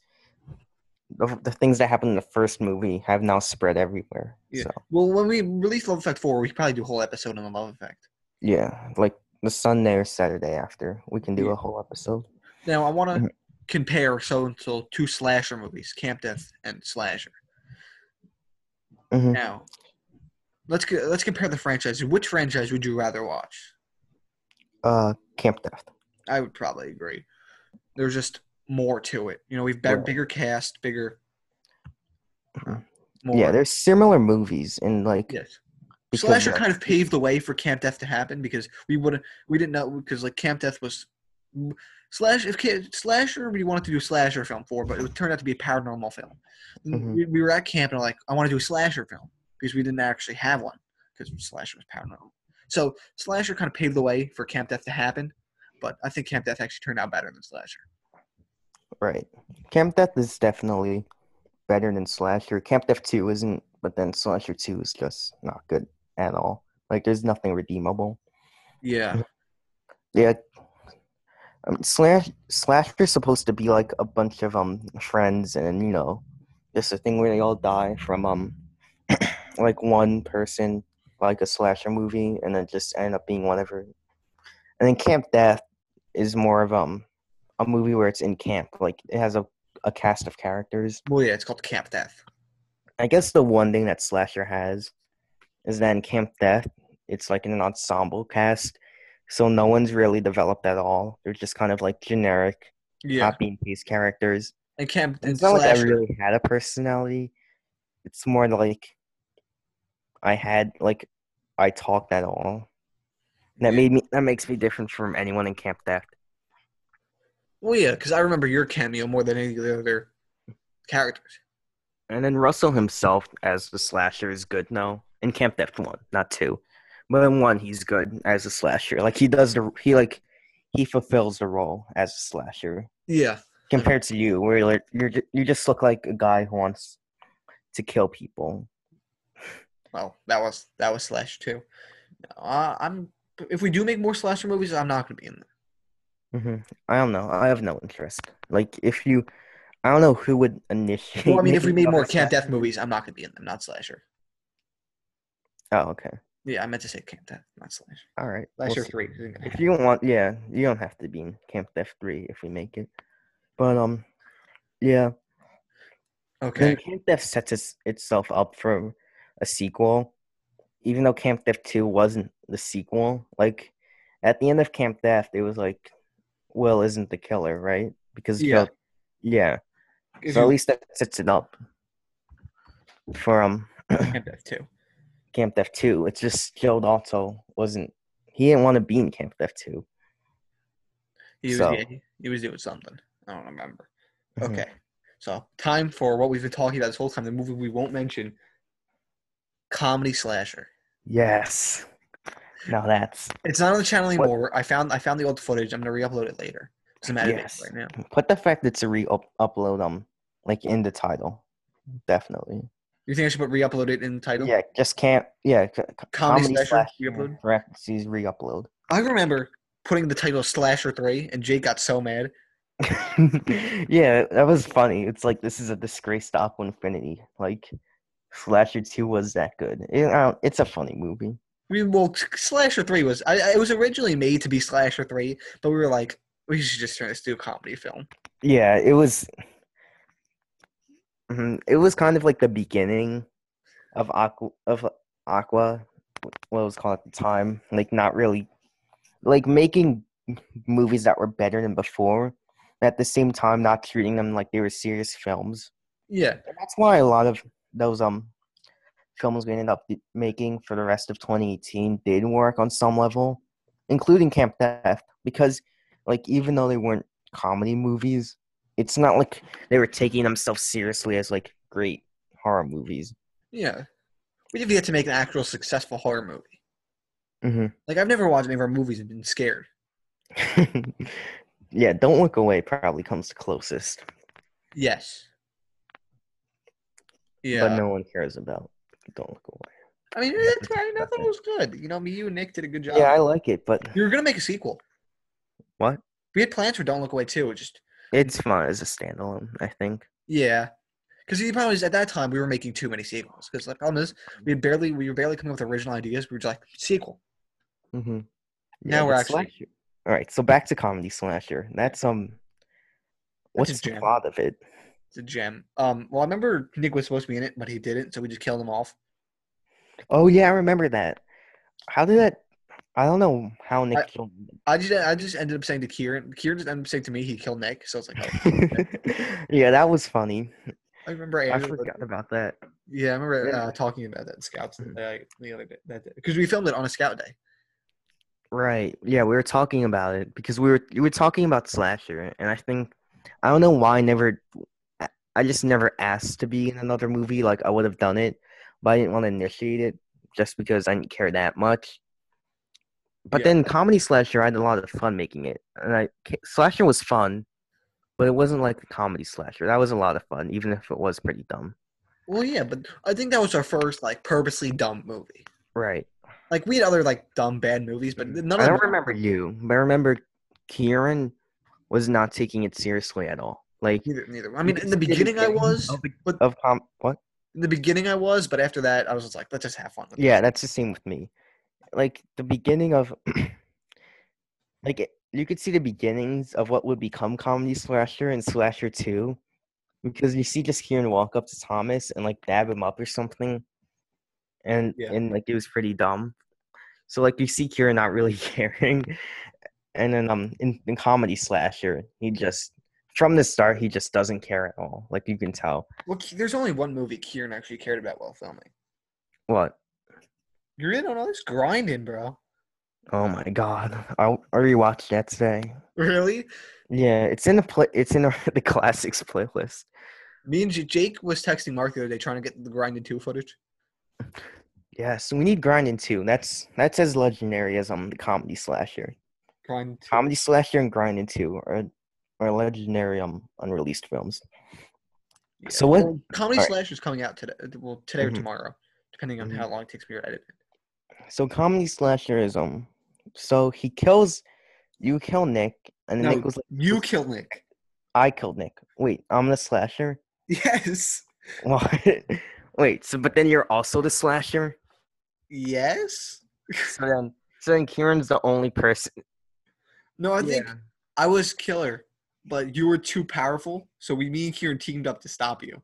[SPEAKER 1] the, the things that happened in the first movie have now spread everywhere.
[SPEAKER 2] Yeah.
[SPEAKER 1] So,
[SPEAKER 2] Well, when we release Love Effect Four, we could probably do a whole episode on the Love Effect.
[SPEAKER 1] yeah, like the Sunday or Saturday after, we can do a whole episode.
[SPEAKER 2] Now I want to
[SPEAKER 1] Mhm.
[SPEAKER 2] compare so and so two slasher movies, Camp Death and Slasher.
[SPEAKER 1] Mhm.
[SPEAKER 2] Now, let's co- let's compare the franchises. Which franchise would you rather watch?
[SPEAKER 1] Uh, Camp Death.
[SPEAKER 2] I would probably agree. There's just more to it. You know, we've got
[SPEAKER 1] Right.
[SPEAKER 2] bigger cast, bigger.
[SPEAKER 1] Mhm.
[SPEAKER 2] More.
[SPEAKER 1] Yeah, there's similar movies and like
[SPEAKER 2] Yes.
[SPEAKER 1] because,
[SPEAKER 2] Slasher
[SPEAKER 1] like,
[SPEAKER 2] kind of paved the way for Camp Death to happen because we wouldn't, we didn't know because like Camp Death was, slash if ca- slasher we wanted to do a slasher film for, but it turned out to be a paranormal film.
[SPEAKER 1] Mhm.
[SPEAKER 2] We, we were at camp and we're like, I want to do a slasher film because we didn't actually have one because slasher was paranormal. So slasher kind of paved the way for Camp Death to happen, but I think Camp Death actually turned out better than slasher.
[SPEAKER 1] right. Camp Death is definitely better than Slasher. Camp Death 2 isn't, but then Slasher 2 is just not good at all. Like there's nothing redeemable.
[SPEAKER 2] Yeah.
[SPEAKER 1] Mm-hmm. Yeah. Um, slash slasher's supposed to be like a bunch of um friends and you know, just a thing where they all die from um like one person, like a slasher movie, and then just end up being whatever. And then Camp Death is more of um a movie where it's in camp, like it has a a cast of characters.
[SPEAKER 2] Well, yeah, it's called Camp Death.
[SPEAKER 1] I guess the one thing that Slasher has is that in Camp Death, it's like an ensemble cast. So no one's really developed at all. They're just kind of like generic
[SPEAKER 2] Yeah,
[SPEAKER 1] copy and paste characters.
[SPEAKER 2] and Camp and
[SPEAKER 1] It's not like I
[SPEAKER 2] Slasher.
[SPEAKER 1] really had a personality. It's more like I had like I talked at all. And that
[SPEAKER 2] Yeah.
[SPEAKER 1] made me that makes me different from anyone in Camp Death.
[SPEAKER 2] Well, yeah, because I remember your cameo more than any of the other
[SPEAKER 1] Mm.
[SPEAKER 2] characters.
[SPEAKER 1] And then Russell himself as the slasher is good. No, in Camp Death one, not two, but in one he's good as a slasher. Like he does the he like he fulfills the role as a slasher
[SPEAKER 2] Yeah,
[SPEAKER 1] compared to you, where you're like- you're ju- you just look like a guy who wants to kill people.
[SPEAKER 2] well, that was that was Slash too. Uh, I'm if we do make more slasher movies, I'm not gonna be in there.
[SPEAKER 1] hmm I don't know. I have no interest. Like if you, I don't know who would initiate.
[SPEAKER 2] Well, I mean, if we
[SPEAKER 1] making
[SPEAKER 2] made more
[SPEAKER 1] another
[SPEAKER 2] Camp
[SPEAKER 1] slasher.
[SPEAKER 2] Death movies, I'm not gonna be in them. Not slasher.
[SPEAKER 1] Oh, okay.
[SPEAKER 2] Yeah, I meant to say Camp Death, not slasher.
[SPEAKER 1] All right. we'll
[SPEAKER 2] Slasher
[SPEAKER 1] see.
[SPEAKER 2] three.
[SPEAKER 1] If you don't want, yeah, you don't have to be in Camp Death three if we make it. But um, yeah.
[SPEAKER 2] Okay.
[SPEAKER 1] Then Camp Death sets its, itself up for a sequel even though Camp Theft 2 wasn't the sequel, like at the end of Camp Theft, it was like Will isn't the killer, right? Because
[SPEAKER 2] Yeah.
[SPEAKER 1] Bill- yeah.
[SPEAKER 2] If
[SPEAKER 1] So
[SPEAKER 2] you-
[SPEAKER 1] at least that sets it up for um
[SPEAKER 2] Camp Death Two.
[SPEAKER 1] Camp Theft 2. It's just Joe also wasn't he didn't want to be in Camp Theft 2.
[SPEAKER 2] He was,
[SPEAKER 1] So-
[SPEAKER 2] yeah, he was doing something. I don't remember.
[SPEAKER 1] Mhm.
[SPEAKER 2] Okay. So time for what we've been talking about this whole time, the movie we won't mention. Comedy slasher.
[SPEAKER 1] Yes. Now that's
[SPEAKER 2] It's not on the channel
[SPEAKER 1] What-
[SPEAKER 2] anymore. I found I found the old footage. I'm gonna re-upload it later. Doesn't matter
[SPEAKER 1] Yes.
[SPEAKER 2] right now.
[SPEAKER 1] put the fact that it's a re upload um like in the title. Definitely.
[SPEAKER 2] You think I should put re-upload it in the title?
[SPEAKER 1] Yeah, just camp yeah, c- c-
[SPEAKER 2] Comedy
[SPEAKER 1] comedy
[SPEAKER 2] slasher,
[SPEAKER 1] slash
[SPEAKER 2] re-upload?
[SPEAKER 1] parentheses re-upload.
[SPEAKER 2] I remember putting the title Slasher Three, and Jake got so mad.
[SPEAKER 1] yeah, that was funny. It's like this is a disgrace to Aqua Infinity. Like Slasher Two was that good. It- I don't- it's a funny movie.
[SPEAKER 2] I mean, well, Slasher Three was I, I- it was originally made to be Slasher Three, but we were like, we should just turn this to a comedy film.
[SPEAKER 1] Yeah, it was. Mhm, It was kind of like the beginning of Aqua of Aqua, what it was called at the time. Like not really, like making movies that were better than before. At the same time, not treating them like they were serious films.
[SPEAKER 2] Yeah,
[SPEAKER 1] And that's why a lot of those um films we ended up d- making for the rest of 2018 did work on some level, including Camp Theft, because like even though they weren't comedy movies, it's not like they were taking themselves seriously as like great horror movies.
[SPEAKER 2] yeah. We did get to make an actual successful horror movie.
[SPEAKER 1] Mhm.
[SPEAKER 2] Like I've never watched any of our movies and been scared.
[SPEAKER 1] yeah, Don't Look Away probably comes the closest,
[SPEAKER 2] Yes. Yeah.
[SPEAKER 1] but no one cares about Don't Look Away.
[SPEAKER 2] I mean, it's, I mean, I thought it was good. You know, me, you, and Nick did a good job.
[SPEAKER 1] Yeah, I like it, but
[SPEAKER 2] you were gonna make a sequel.
[SPEAKER 1] What?
[SPEAKER 2] We had plans for Don't Look Away too. It just
[SPEAKER 1] it's fun as a standalone. I think.
[SPEAKER 2] Yeah, because the problem is at that time we were making too many sequels. Because the problem is we had barely we were barely coming up with original ideas. We were just like sequel.
[SPEAKER 1] Mm-hmm.
[SPEAKER 2] Now we're actually-
[SPEAKER 1] all right. So back to comedy slasher. That's um, what's
[SPEAKER 2] a
[SPEAKER 1] the
[SPEAKER 2] gem.
[SPEAKER 1] plot of it?
[SPEAKER 2] It's a gem. Um, well, I remember Nick was supposed to be in it, but he didn't, so we just killed him off.
[SPEAKER 1] Oh yeah, I remember that. How did that? I don't know how Nick killed.
[SPEAKER 2] I just I just ended up saying to Kieran. Kieran just ended up saying to me he killed Nick. So it's like oh,
[SPEAKER 1] yeah, that was funny.
[SPEAKER 2] I remember.
[SPEAKER 1] I
[SPEAKER 2] Andrew-
[SPEAKER 1] forgot about that.
[SPEAKER 2] Yeah, I remember
[SPEAKER 1] Yeah. Mm-hmm.
[SPEAKER 2] uh, talking about that in scouts uh, the other day. That because we filmed it on a scout day.
[SPEAKER 1] Right. Yeah, we were talking about it because we were we were talking about slasher, and I think I don't know why I never. I- I just never asked to be in another movie. Like I would have done it, but I didn't want to initiate it just because I didn't care that much. But
[SPEAKER 2] Yeah.
[SPEAKER 1] then comedy slasher, I had a lot of fun making it, and I ca- slasher was fun, but it wasn't like the comedy slasher. That was a lot of fun, even if it was pretty dumb.
[SPEAKER 2] Well, yeah, but I think that was our first like purposely dumb movie.
[SPEAKER 1] Right.
[SPEAKER 2] Like we had other like dumb bad movies, but none of
[SPEAKER 1] Mm-hmm. I
[SPEAKER 2] them
[SPEAKER 1] don't remember you, but I remember Kieran was not taking it seriously at all. Like
[SPEAKER 2] Neither, neither. I mean, in the beginning I was,
[SPEAKER 1] of, the-
[SPEAKER 2] but-
[SPEAKER 1] of com- what?
[SPEAKER 2] in the beginning I was, but after that I was just like, let's just have fun. With it.
[SPEAKER 1] Yeah, that's the same with me. Like the beginning of, like it, you could see the beginnings of what would become comedy slasher and slasher two, because you see just Kieran walk up to Thomas and like dab him up or something, and
[SPEAKER 2] Yeah.
[SPEAKER 1] and like it was pretty dumb. So like you see Kieran not really caring, and then um in, in comedy slasher he just from the start he just doesn't care at all. Like you can tell
[SPEAKER 2] Well, Ke- there's only one movie Kieran actually cared about while filming.
[SPEAKER 1] what.
[SPEAKER 2] You really don't know this? Grinding, bro.
[SPEAKER 1] Oh my god! I I rewatched that today.
[SPEAKER 2] Really?
[SPEAKER 1] Yeah, it's in the play. It's in the classics playlist.
[SPEAKER 2] Me and J- Jake was texting Mark the other day trying to get the Grinding Two footage.
[SPEAKER 1] Yeah, so we need grinding too. That's that's as legendary as um the comedy slasher.
[SPEAKER 2] Grinding Two.
[SPEAKER 1] Comedy slasher and grinding too are are legendary um unreleased films.
[SPEAKER 2] Yeah.
[SPEAKER 1] So what?
[SPEAKER 2] Well, Comedy
[SPEAKER 1] alright.
[SPEAKER 2] Slash is coming out today. uh, Well, today
[SPEAKER 1] Mhm.
[SPEAKER 2] or tomorrow, depending on
[SPEAKER 1] Mhm.
[SPEAKER 2] how long it takes me to edit. it.
[SPEAKER 1] So comedy slasher is um. So he kills, you kill Nick, and then
[SPEAKER 2] No,
[SPEAKER 1] Nick was like,
[SPEAKER 2] you killed Nick.
[SPEAKER 1] I killed Nick. Wait, I'm the slasher.
[SPEAKER 2] Yes.
[SPEAKER 1] What? Wait, so but then you're also the slasher.
[SPEAKER 2] Yes.
[SPEAKER 1] So then, so then Kieran's the only person.
[SPEAKER 2] No, I think I was killer, but you were too powerful. So we, me and Kieran teamed up to stop you.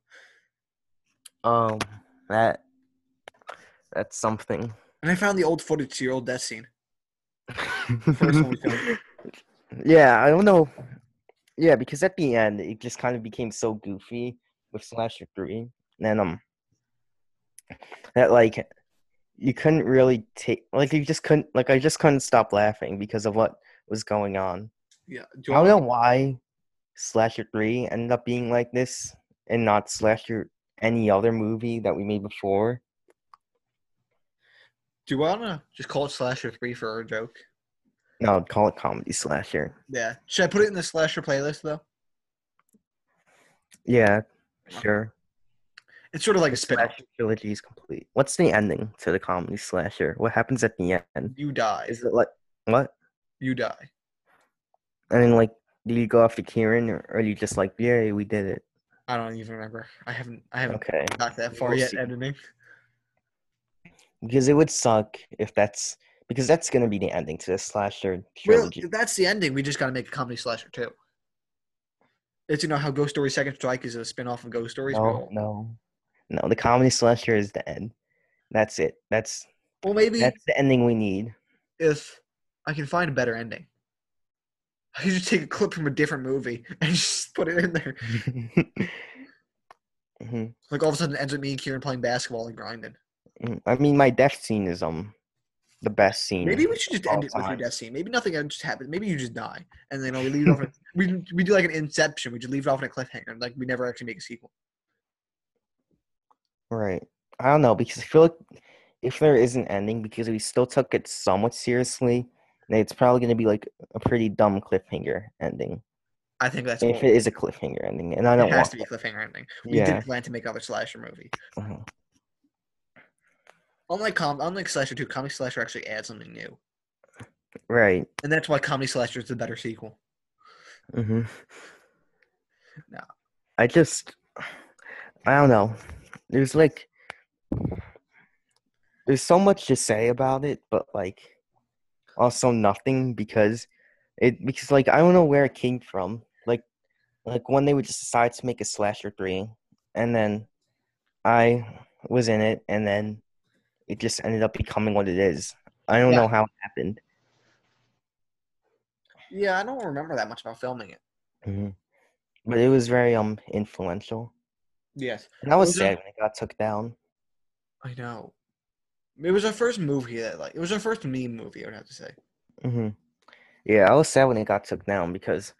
[SPEAKER 1] Um, that that's something.
[SPEAKER 2] And I found the old footage to your old death scene. First one we filmed.
[SPEAKER 1] yeah, I don't know. Yeah, because at the end it just kind of became so goofy with Slasher Three, and um, that like you couldn't really take like you just couldn't like I just couldn't stop laughing because of what was going on.
[SPEAKER 2] Yeah. Do
[SPEAKER 1] I don't
[SPEAKER 2] you want-
[SPEAKER 1] know why Slasher Three ended up being like this and not Slasher any other movie that we made before.
[SPEAKER 2] Do you wanna just call it Slasher Three for our joke?
[SPEAKER 1] No, I'd call it comedy slasher.
[SPEAKER 2] Yeah. Should I put it in the Slasher playlist though?
[SPEAKER 1] Yeah, sure.
[SPEAKER 2] It's sort of like a
[SPEAKER 1] The
[SPEAKER 2] spin
[SPEAKER 1] slasher trilogy is complete. What's the ending to the comedy slasher? What happens at the end?
[SPEAKER 2] You die.
[SPEAKER 1] Is it like what?
[SPEAKER 2] You die.
[SPEAKER 1] I mean, like, do you go after Kieran, or are you just like, yay, we did it?
[SPEAKER 2] I don't even remember. I haven't I haven't
[SPEAKER 1] Okay,
[SPEAKER 2] got that far
[SPEAKER 1] We'll
[SPEAKER 2] yet
[SPEAKER 1] see.
[SPEAKER 2] editing.
[SPEAKER 1] because it would suck if that's because that's gonna be the ending to the slasher
[SPEAKER 2] Well,
[SPEAKER 1] trilogy.
[SPEAKER 2] that's the ending. We just got to make a comedy slasher too. It's you know how Ghost Story Second Strike is a spin-off of Ghost Stories.
[SPEAKER 1] no,
[SPEAKER 2] but-
[SPEAKER 1] no, no. The comedy slasher is the end. That's it. That's
[SPEAKER 2] Well, maybe
[SPEAKER 1] that's the ending we need.
[SPEAKER 2] if I can find a better ending, I could just take a clip from a different movie and just put it in there.
[SPEAKER 1] Mhm.
[SPEAKER 2] Like all of a sudden, it ends with me and Kieran playing basketball and grinding.
[SPEAKER 1] Mm, I mean, my death scene is um the best scene.
[SPEAKER 2] Maybe we should just
[SPEAKER 1] all
[SPEAKER 2] end it with your
[SPEAKER 1] time.
[SPEAKER 2] death scene. Maybe nothing else just happens. Maybe you just die, and then we leave it off. on- We we do like an Inception. We just leave it off on a cliffhanger. Like we never actually make a sequel.
[SPEAKER 1] right. I don't know because I feel like if there is an ending, because we still took it somewhat seriously, then it's probably going to be like a pretty dumb cliffhanger ending.
[SPEAKER 2] I think that's
[SPEAKER 1] If
[SPEAKER 2] cool.
[SPEAKER 1] it is a cliffhanger ending, and I
[SPEAKER 2] It
[SPEAKER 1] don't
[SPEAKER 2] has
[SPEAKER 1] want
[SPEAKER 2] to be a cliffhanger ending.
[SPEAKER 1] that.
[SPEAKER 2] We
[SPEAKER 1] yeah.
[SPEAKER 2] did plan to make another slasher movie.
[SPEAKER 1] uh-huh.
[SPEAKER 2] Unlike com, unlike slasher two, comedy slasher actually adds something new,
[SPEAKER 1] Right.
[SPEAKER 2] and that's why comedy slasher is the better sequel.
[SPEAKER 1] Mm-hmm.
[SPEAKER 2] No.
[SPEAKER 1] I just, I don't know. There's like, there's so much to say about it, but like, also nothing because it because like I don't know where it came from. Like, like one day we just decided to make a slasher three, and then I was in it, and then it just ended up becoming what it is. I don't
[SPEAKER 2] Yeah.
[SPEAKER 1] know how it happened.
[SPEAKER 2] Yeah, I don't remember that much about filming it.
[SPEAKER 1] But it was very um influential.
[SPEAKER 2] Yes,
[SPEAKER 1] And I was
[SPEAKER 2] Was it-
[SPEAKER 1] sad when it got took down.
[SPEAKER 2] I know. It was our first movie that like it was our first meme movie. I would have to say.
[SPEAKER 1] hmm Yeah, I was sad when it got took down because,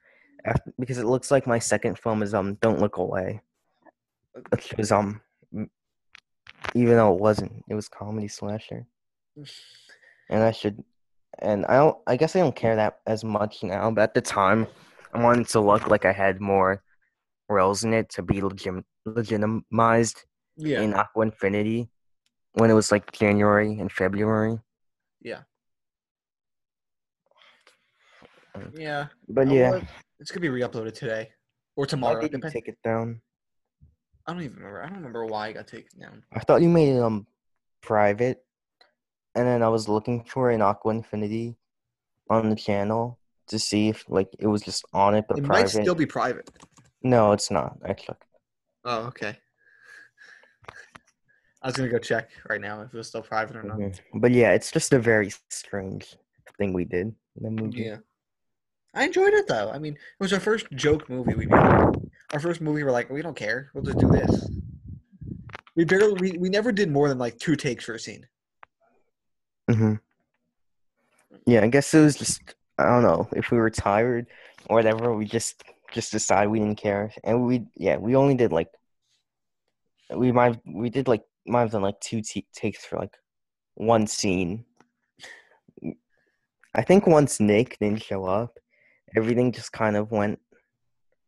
[SPEAKER 1] after, because it looks like my second film is um "Don't Look Away," which was um, m- even though it wasn't, it was comedy slasher, and I should, and I don't, I guess I don't care that as much now, but at the time, I wanted to look like I had more roles in it to be legit legitimized
[SPEAKER 2] Yeah,
[SPEAKER 1] in Aqua Infinity when it was like January and February.
[SPEAKER 2] yeah.
[SPEAKER 1] But
[SPEAKER 2] Uh,
[SPEAKER 1] yeah,
[SPEAKER 2] well, it's gonna be re-uploaded today or
[SPEAKER 1] why
[SPEAKER 2] tomorrow.
[SPEAKER 1] did you
[SPEAKER 2] depend-
[SPEAKER 1] take it down?
[SPEAKER 2] I don't even remember. I don't remember why it got taken down.
[SPEAKER 1] I thought you made it um private, and then I was looking for an Aqua Infinity on the channel to see if like it was just on it but
[SPEAKER 2] It might
[SPEAKER 1] private.
[SPEAKER 2] still be private.
[SPEAKER 1] no, it's not. I checked.
[SPEAKER 2] Oh, okay. I was gonna go check right now if it was still private or not.
[SPEAKER 1] Mhm. But yeah, it's just a very strange thing we did. in The movie.
[SPEAKER 2] Yeah. I enjoyed it though. I mean, it was our first joke movie we made. Our first movie, we're like, we don't care. We'll just do this. We barely, we, we never did more than like two takes for a scene.
[SPEAKER 1] hmm Yeah, I guess it was just I don't know if we were tired or whatever. We just just decided we didn't care, and we yeah we only did like we might have- we did like might have done like two t- takes for like one scene. I think once Nick didn't show up, everything just kind of went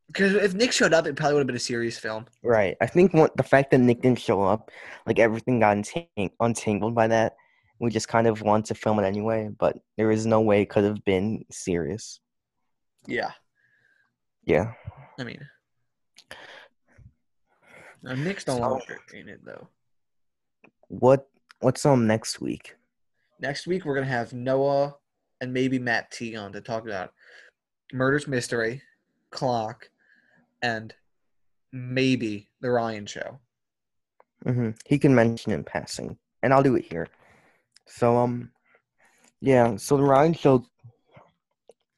[SPEAKER 2] Because if Nick showed up, it probably would have been a serious film.
[SPEAKER 1] right. I think what, the fact that Nick didn't show up, like everything got untang- untangled by that. We just kind of wanted to film it anyway, but there is no way it could have been serious.
[SPEAKER 2] Yeah.
[SPEAKER 1] Yeah.
[SPEAKER 2] I mean, now, Nick's no
[SPEAKER 1] So-
[SPEAKER 2] longer in it though.
[SPEAKER 1] What what's on next week?
[SPEAKER 2] Next week, we're going to have Noah and maybe Matt T on to talk about Murder's Mystery, Clock, and maybe The Ryan Show.
[SPEAKER 1] Mm-hmm, hmm He can mention in passing, and I'll do it here. So um, yeah. So the Ryan Show.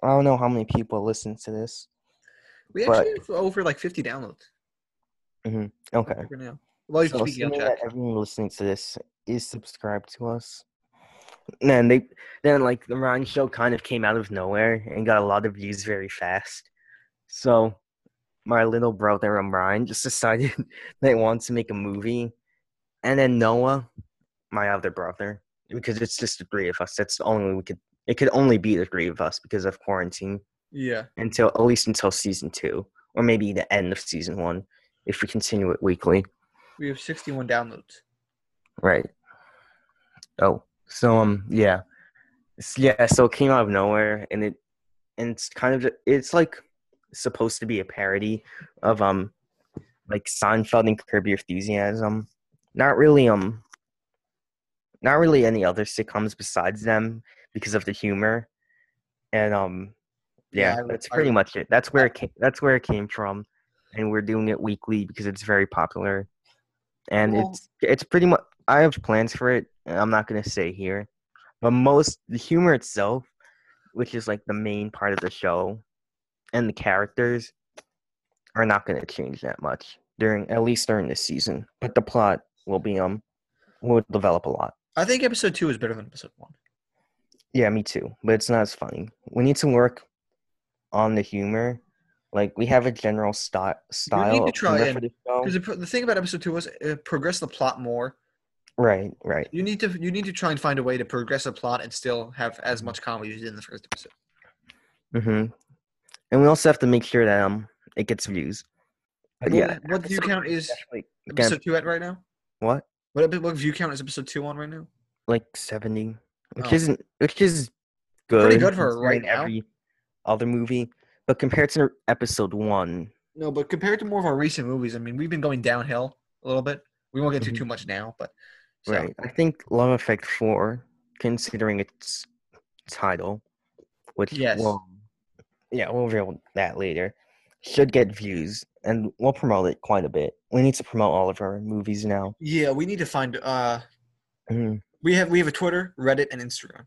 [SPEAKER 1] I don't know how many people listen to this.
[SPEAKER 2] We
[SPEAKER 1] But-
[SPEAKER 2] actually have over like 50 downloads
[SPEAKER 1] Okay.
[SPEAKER 2] right now. Well,
[SPEAKER 1] So
[SPEAKER 2] speaking of
[SPEAKER 1] assuming
[SPEAKER 2] that,
[SPEAKER 1] that everyone listening to this is subscribed to us, then they then like the Ryan Show kind of came out of nowhere and got a lot of views very fast. So my little brother um, Ryan just decided they want to make a movie, and then Noah, my other brother, because it's just the three of us. That's the only we could. It could only be the three of us because of quarantine
[SPEAKER 2] yeah,
[SPEAKER 1] until at least until season two or maybe the end of season one if we continue it weekly.
[SPEAKER 2] we have 61 downloads.
[SPEAKER 1] Right. Oh, so um, yeah, S- yeah. So it came out of nowhere, and it, and it's kind of it's like supposed to be a parody of um, like Seinfeld and Curb Your Enthusiasm. Not really um, not really any other sitcoms besides them because of the humor, and um, yeah,
[SPEAKER 2] I-
[SPEAKER 1] that's
[SPEAKER 2] I-
[SPEAKER 1] pretty much it. That's where it came. That's where it came from, and we're doing it weekly because it's very popular, and
[SPEAKER 2] Well-
[SPEAKER 1] it's it's pretty much. I have plans for it. And I'm not gonna say here, but most the humor itself, which is like the main part of the show, and the characters, are not gonna change that much during at least during this season. But the plot will be um will develop a lot.
[SPEAKER 2] I think episode two is better than episode one.
[SPEAKER 1] Yeah, me too. But it's not as funny. We need to work on the humor. Like we have a general sty- style.
[SPEAKER 2] to
[SPEAKER 1] of
[SPEAKER 2] try
[SPEAKER 1] humor
[SPEAKER 2] and-
[SPEAKER 1] for the show.
[SPEAKER 2] Because the, pr- the thing about episode two was it progressed the plot more.
[SPEAKER 1] Right, right.
[SPEAKER 2] You need to you need to try and find a way to progress the plot and still have as much comedy as you did in the first episode.
[SPEAKER 1] hmm And we also have to make sure that um it gets views. But
[SPEAKER 2] What-
[SPEAKER 1] yeah,
[SPEAKER 2] What view
[SPEAKER 1] episode
[SPEAKER 2] count is
[SPEAKER 1] definitely gonna-
[SPEAKER 2] episode two at right now?
[SPEAKER 1] what
[SPEAKER 2] What epi- what view count is episode two on right now?
[SPEAKER 1] like seventy, which
[SPEAKER 2] Oh.
[SPEAKER 1] isn't which is good.
[SPEAKER 2] Pretty good for right
[SPEAKER 1] considering
[SPEAKER 2] now.
[SPEAKER 1] Every other movie, but compared to episode one,
[SPEAKER 2] No, but compared to more of our recent movies, I mean, we've been going downhill a little bit. We won't get to
[SPEAKER 1] Mhm.
[SPEAKER 2] too much now, but so,
[SPEAKER 1] right? I think Love Effect four, considering its title, which
[SPEAKER 2] Yes.
[SPEAKER 1] will yeah we'll reveal that later, should get views and we'll promote it quite a bit. We need to promote all of our movies now.
[SPEAKER 2] Yeah, we need to find. Uh,
[SPEAKER 1] Mhm.
[SPEAKER 2] we have we have a Twitter, Reddit, and Instagram.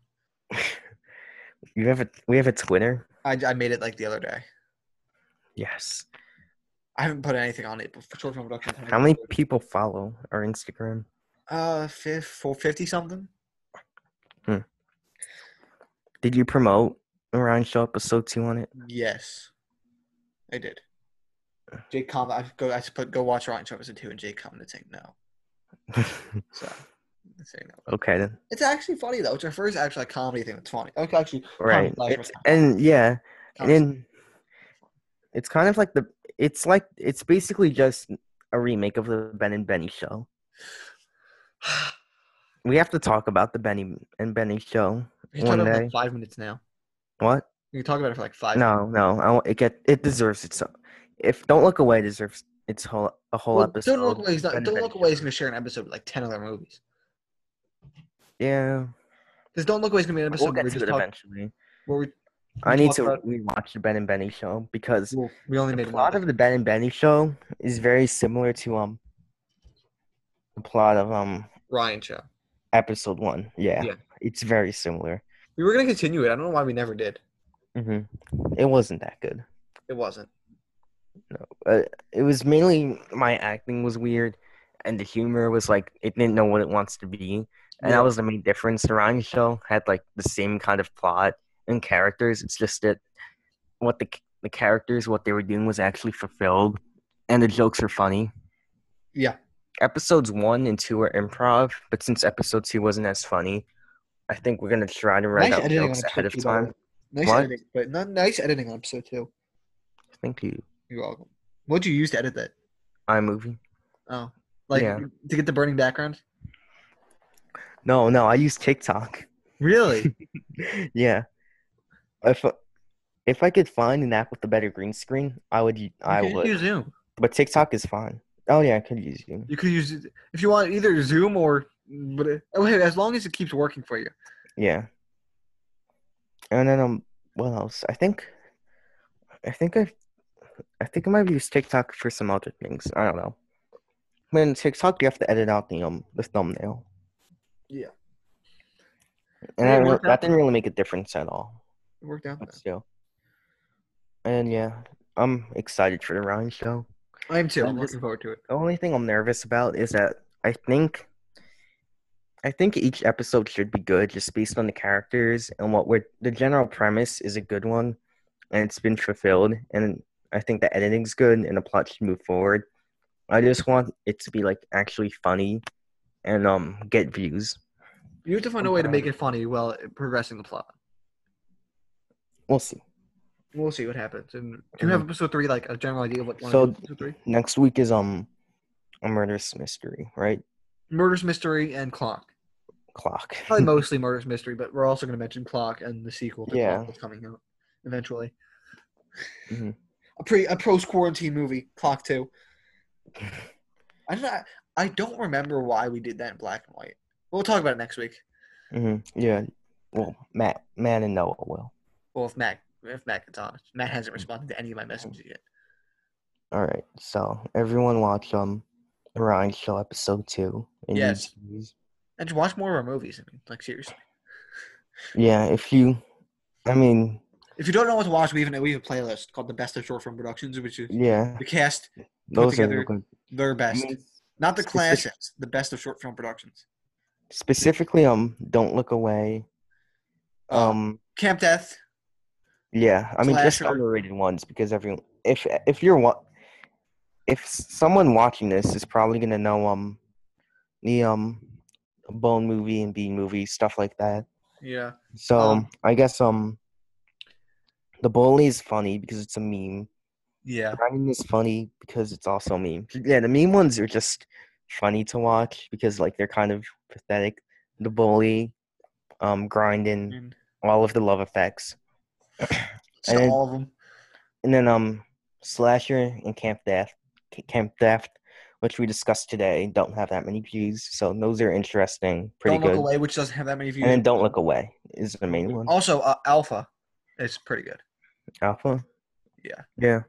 [SPEAKER 1] You have a we have a Twitter.
[SPEAKER 2] I, I made it like the other day.
[SPEAKER 1] Yes.
[SPEAKER 2] I haven't put anything on it. But for short film production.
[SPEAKER 1] How many people follow our Instagram?
[SPEAKER 2] Uh, fif- four fifty something.
[SPEAKER 1] Did you promote around show episode two on it?
[SPEAKER 2] Yes, I did. Jake Com, I go. I put go watch Ryan Travis two, and Jake commented saying no. So, I'm saying no.
[SPEAKER 1] okay then.
[SPEAKER 2] It's actually funny though. It's our first actual like, comedy thing that's funny. Okay, actually,
[SPEAKER 1] Right.
[SPEAKER 2] Comedy
[SPEAKER 1] It's,
[SPEAKER 2] Flash.
[SPEAKER 1] and yeah, and
[SPEAKER 2] comedy.
[SPEAKER 1] then it's kind of like the it's like it's basically just a remake of the Ben and Benny show. We have to talk about the Benny and Benny show
[SPEAKER 2] we can talk
[SPEAKER 1] one
[SPEAKER 2] about it for,
[SPEAKER 1] day.
[SPEAKER 2] like five minutes now.
[SPEAKER 1] What?
[SPEAKER 2] We can talk about it for like five.
[SPEAKER 1] No, no. I, wa- it get it deserves its. If don't look away deserves its whole a whole
[SPEAKER 2] Well,
[SPEAKER 1] episode.
[SPEAKER 2] Don't look away. He's not,
[SPEAKER 1] Ben and
[SPEAKER 2] don't
[SPEAKER 1] Benny
[SPEAKER 2] look away. He's
[SPEAKER 1] Show.
[SPEAKER 2] gonna share an episode with like ten other movies.
[SPEAKER 1] Yeah,
[SPEAKER 2] Because don't look away is gonna be an episode
[SPEAKER 1] we'll
[SPEAKER 2] where,
[SPEAKER 1] get
[SPEAKER 2] we
[SPEAKER 1] to
[SPEAKER 2] just
[SPEAKER 1] it
[SPEAKER 2] talk,
[SPEAKER 1] eventually.
[SPEAKER 2] where we
[SPEAKER 1] I need
[SPEAKER 2] talk
[SPEAKER 1] to
[SPEAKER 2] about-
[SPEAKER 1] rewatch the Ben and Benny show because
[SPEAKER 2] well, we only
[SPEAKER 1] the
[SPEAKER 2] made
[SPEAKER 1] plot
[SPEAKER 2] one.
[SPEAKER 1] of the Ben and Benny show is very similar to um the plot of um
[SPEAKER 2] Ryan show.
[SPEAKER 1] episode one. Yeah,
[SPEAKER 2] Yeah.
[SPEAKER 1] it's very similar.
[SPEAKER 2] We were gonna continue it. I don't know why we never did.
[SPEAKER 1] hmm It wasn't that good.
[SPEAKER 2] It wasn't.
[SPEAKER 1] It was mainly my acting was weird, and the humor was like it didn't know what it wants to be, and
[SPEAKER 2] Yeah.
[SPEAKER 1] that was the main difference. The Ryan show had like the same kind of plot and characters. It's just that what the the characters what they were doing was actually fulfilled, and the jokes were funny.
[SPEAKER 2] Yeah.
[SPEAKER 1] episodes one and two are improv, but since episode two wasn't as funny, I think we're gonna try to write
[SPEAKER 2] Nice
[SPEAKER 1] out
[SPEAKER 2] editing on
[SPEAKER 1] jokes
[SPEAKER 2] episode
[SPEAKER 1] ahead of
[SPEAKER 2] two, by the
[SPEAKER 1] time.
[SPEAKER 2] way. Nice
[SPEAKER 1] What?
[SPEAKER 2] editing, but not nice editing on episode two.
[SPEAKER 1] Thank you.
[SPEAKER 2] You're welcome. What'd you use to edit that?
[SPEAKER 1] iMovie.
[SPEAKER 2] Oh, like
[SPEAKER 1] Yeah.
[SPEAKER 2] to get the burning background.
[SPEAKER 1] No, no, I use TikTok.
[SPEAKER 2] Really?
[SPEAKER 1] yeah. If if I could find an app with a better green screen, I would. u- I
[SPEAKER 2] you could
[SPEAKER 1] would.
[SPEAKER 2] use Zoom.
[SPEAKER 1] but TikTok is fine. Oh yeah, I could use Zoom.
[SPEAKER 2] You could use if you want either Zoom or but oh, hey, as long as it keeps working for you.
[SPEAKER 1] Yeah. And then um, what else? I think, I think I, I think I might use TikTok for some other things. I don't know. When TikTok, you have to edit out the um the thumbnail.
[SPEAKER 2] Yeah.
[SPEAKER 1] and
[SPEAKER 2] Yeah,
[SPEAKER 1] I
[SPEAKER 2] it
[SPEAKER 1] re-
[SPEAKER 2] worked out.
[SPEAKER 1] that didn't really make a difference at all.
[SPEAKER 2] It worked out.
[SPEAKER 1] But
[SPEAKER 2] then.
[SPEAKER 1] still, and yeah, I'm excited for the Ryan show.
[SPEAKER 2] I am too.
[SPEAKER 1] And
[SPEAKER 2] I'm
[SPEAKER 1] this-
[SPEAKER 2] looking forward to it.
[SPEAKER 1] The only thing I'm nervous about is that I think, I think each episode should be good just based on the characters and what we're. The general premise is a good one, and it's been fulfilled. And I think the editing's good, and the plot should move forward. I just want it to be like actually funny, and um, get views.
[SPEAKER 2] You have to find a way to make it funny while progressing the plot.
[SPEAKER 1] We'll see.
[SPEAKER 2] We'll see what happens. And do you have episode three like a general idea of what? one
[SPEAKER 1] Mm-hmm. So-
[SPEAKER 2] is episode three?
[SPEAKER 1] Next week is um, a murderous mystery, right?
[SPEAKER 2] Murder's Mystery and Clock.
[SPEAKER 1] Clock.
[SPEAKER 2] Probably mostly Murder's Mystery, but we're also going to mention Clock and the sequel to
[SPEAKER 1] Yeah.
[SPEAKER 2] Clock that's coming out eventually.
[SPEAKER 1] Mhm.
[SPEAKER 2] A pre a post quarantine movie, Clock Two. I don't know- I don't remember why we did that in black and white. We'll talk about it next week.
[SPEAKER 1] hmm
[SPEAKER 2] Mm-hmm.
[SPEAKER 1] Yeah. Well, Matt, Matt, and Noah will.
[SPEAKER 2] Well, if Mac if Mac gets on, Matt hasn't responded to any of my messages yet.
[SPEAKER 1] All right. So everyone watch um the Ryan Show episode two. and you
[SPEAKER 2] Yes.
[SPEAKER 1] choose-
[SPEAKER 2] And just watch more of our movies. I mean, like seriously.
[SPEAKER 1] Yeah. If you, I mean,
[SPEAKER 2] If you don't know what to watch, we even we have a playlist called "The Best of Short Film Productions," which is
[SPEAKER 1] yeah,
[SPEAKER 2] the cast
[SPEAKER 1] those are
[SPEAKER 2] together
[SPEAKER 1] the good.
[SPEAKER 2] their
[SPEAKER 1] I
[SPEAKER 2] best,
[SPEAKER 1] mean,
[SPEAKER 2] not the
[SPEAKER 1] specific-
[SPEAKER 2] classics, the best of short film productions.
[SPEAKER 1] specifically um don't look away.
[SPEAKER 2] Uh,
[SPEAKER 1] Um.
[SPEAKER 2] Camp Death,
[SPEAKER 1] Yeah. I mean, just
[SPEAKER 2] Slasher.
[SPEAKER 1] underrated ones because everyone. If if you're what, if someone watching this is probably gonna know um the um Bone movie and Bean movie stuff like that.
[SPEAKER 2] yeah,
[SPEAKER 1] So
[SPEAKER 2] Um,
[SPEAKER 1] I guess um, the bully is funny because it's a meme.
[SPEAKER 2] yeah,
[SPEAKER 1] Ryan is funny because it's also a meme. Yeah, the meme ones are just funny to watch because like they're kind of pathetic. The bully, um, grinding
[SPEAKER 2] and
[SPEAKER 1] all of the love effects,
[SPEAKER 2] so
[SPEAKER 1] and-
[SPEAKER 2] all of them.
[SPEAKER 1] and then um, slasher and camp theft, C- camp theft, which we discussed today, don't have that many views. So those are interesting, pretty
[SPEAKER 2] Don't Look
[SPEAKER 1] good.
[SPEAKER 2] Away, which doesn't have that many views.
[SPEAKER 1] And then don't look away is the main one.
[SPEAKER 2] Also, uh, Alpha, is pretty good.
[SPEAKER 1] Alpha.
[SPEAKER 2] Yeah.
[SPEAKER 1] Yeah.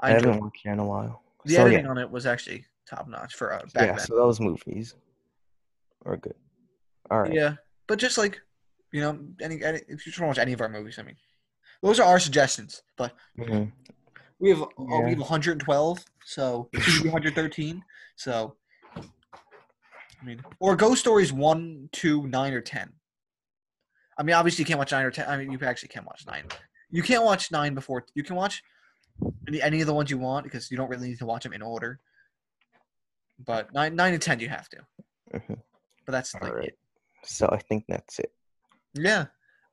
[SPEAKER 1] I,
[SPEAKER 2] I, enjoyed
[SPEAKER 1] haven't
[SPEAKER 2] it.
[SPEAKER 1] watched it in a while.
[SPEAKER 2] the
[SPEAKER 1] so
[SPEAKER 2] editing
[SPEAKER 1] yeah,
[SPEAKER 2] on it was actually top notch for uh, back
[SPEAKER 1] yeah.
[SPEAKER 2] then.
[SPEAKER 1] So those movies are good. All right.
[SPEAKER 2] Yeah, but just like you know, any, any if you just want to watch any of our movies, I mean, those are our suggestions. But
[SPEAKER 1] Mhm.
[SPEAKER 2] we have oh,
[SPEAKER 1] Yeah.
[SPEAKER 2] we have 112, so it should be 113. So I mean, or ghost stories one, two, nine, or ten. I mean, obviously you can't watch nine or ten. I mean, you actually can't watch nine. You can't watch nine before you can watch any, any of the ones you want because you don't really need to watch them in order. But nine, nine and ten, you have to.
[SPEAKER 1] Mhm.
[SPEAKER 2] But that's like
[SPEAKER 1] All right. So I think that's it.
[SPEAKER 2] yeah,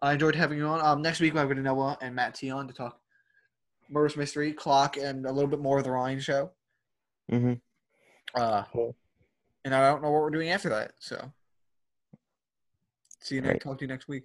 [SPEAKER 2] I enjoyed having you on. Um, next week I'm going to Noah and Matt T on to talk murder's mystery, clock, and a little bit more of the Ryan show.
[SPEAKER 1] hmm
[SPEAKER 2] Uh,
[SPEAKER 1] Cool.
[SPEAKER 2] and I don't know what we're doing after that. So, see you next.
[SPEAKER 1] Right.
[SPEAKER 2] Talk to you next week.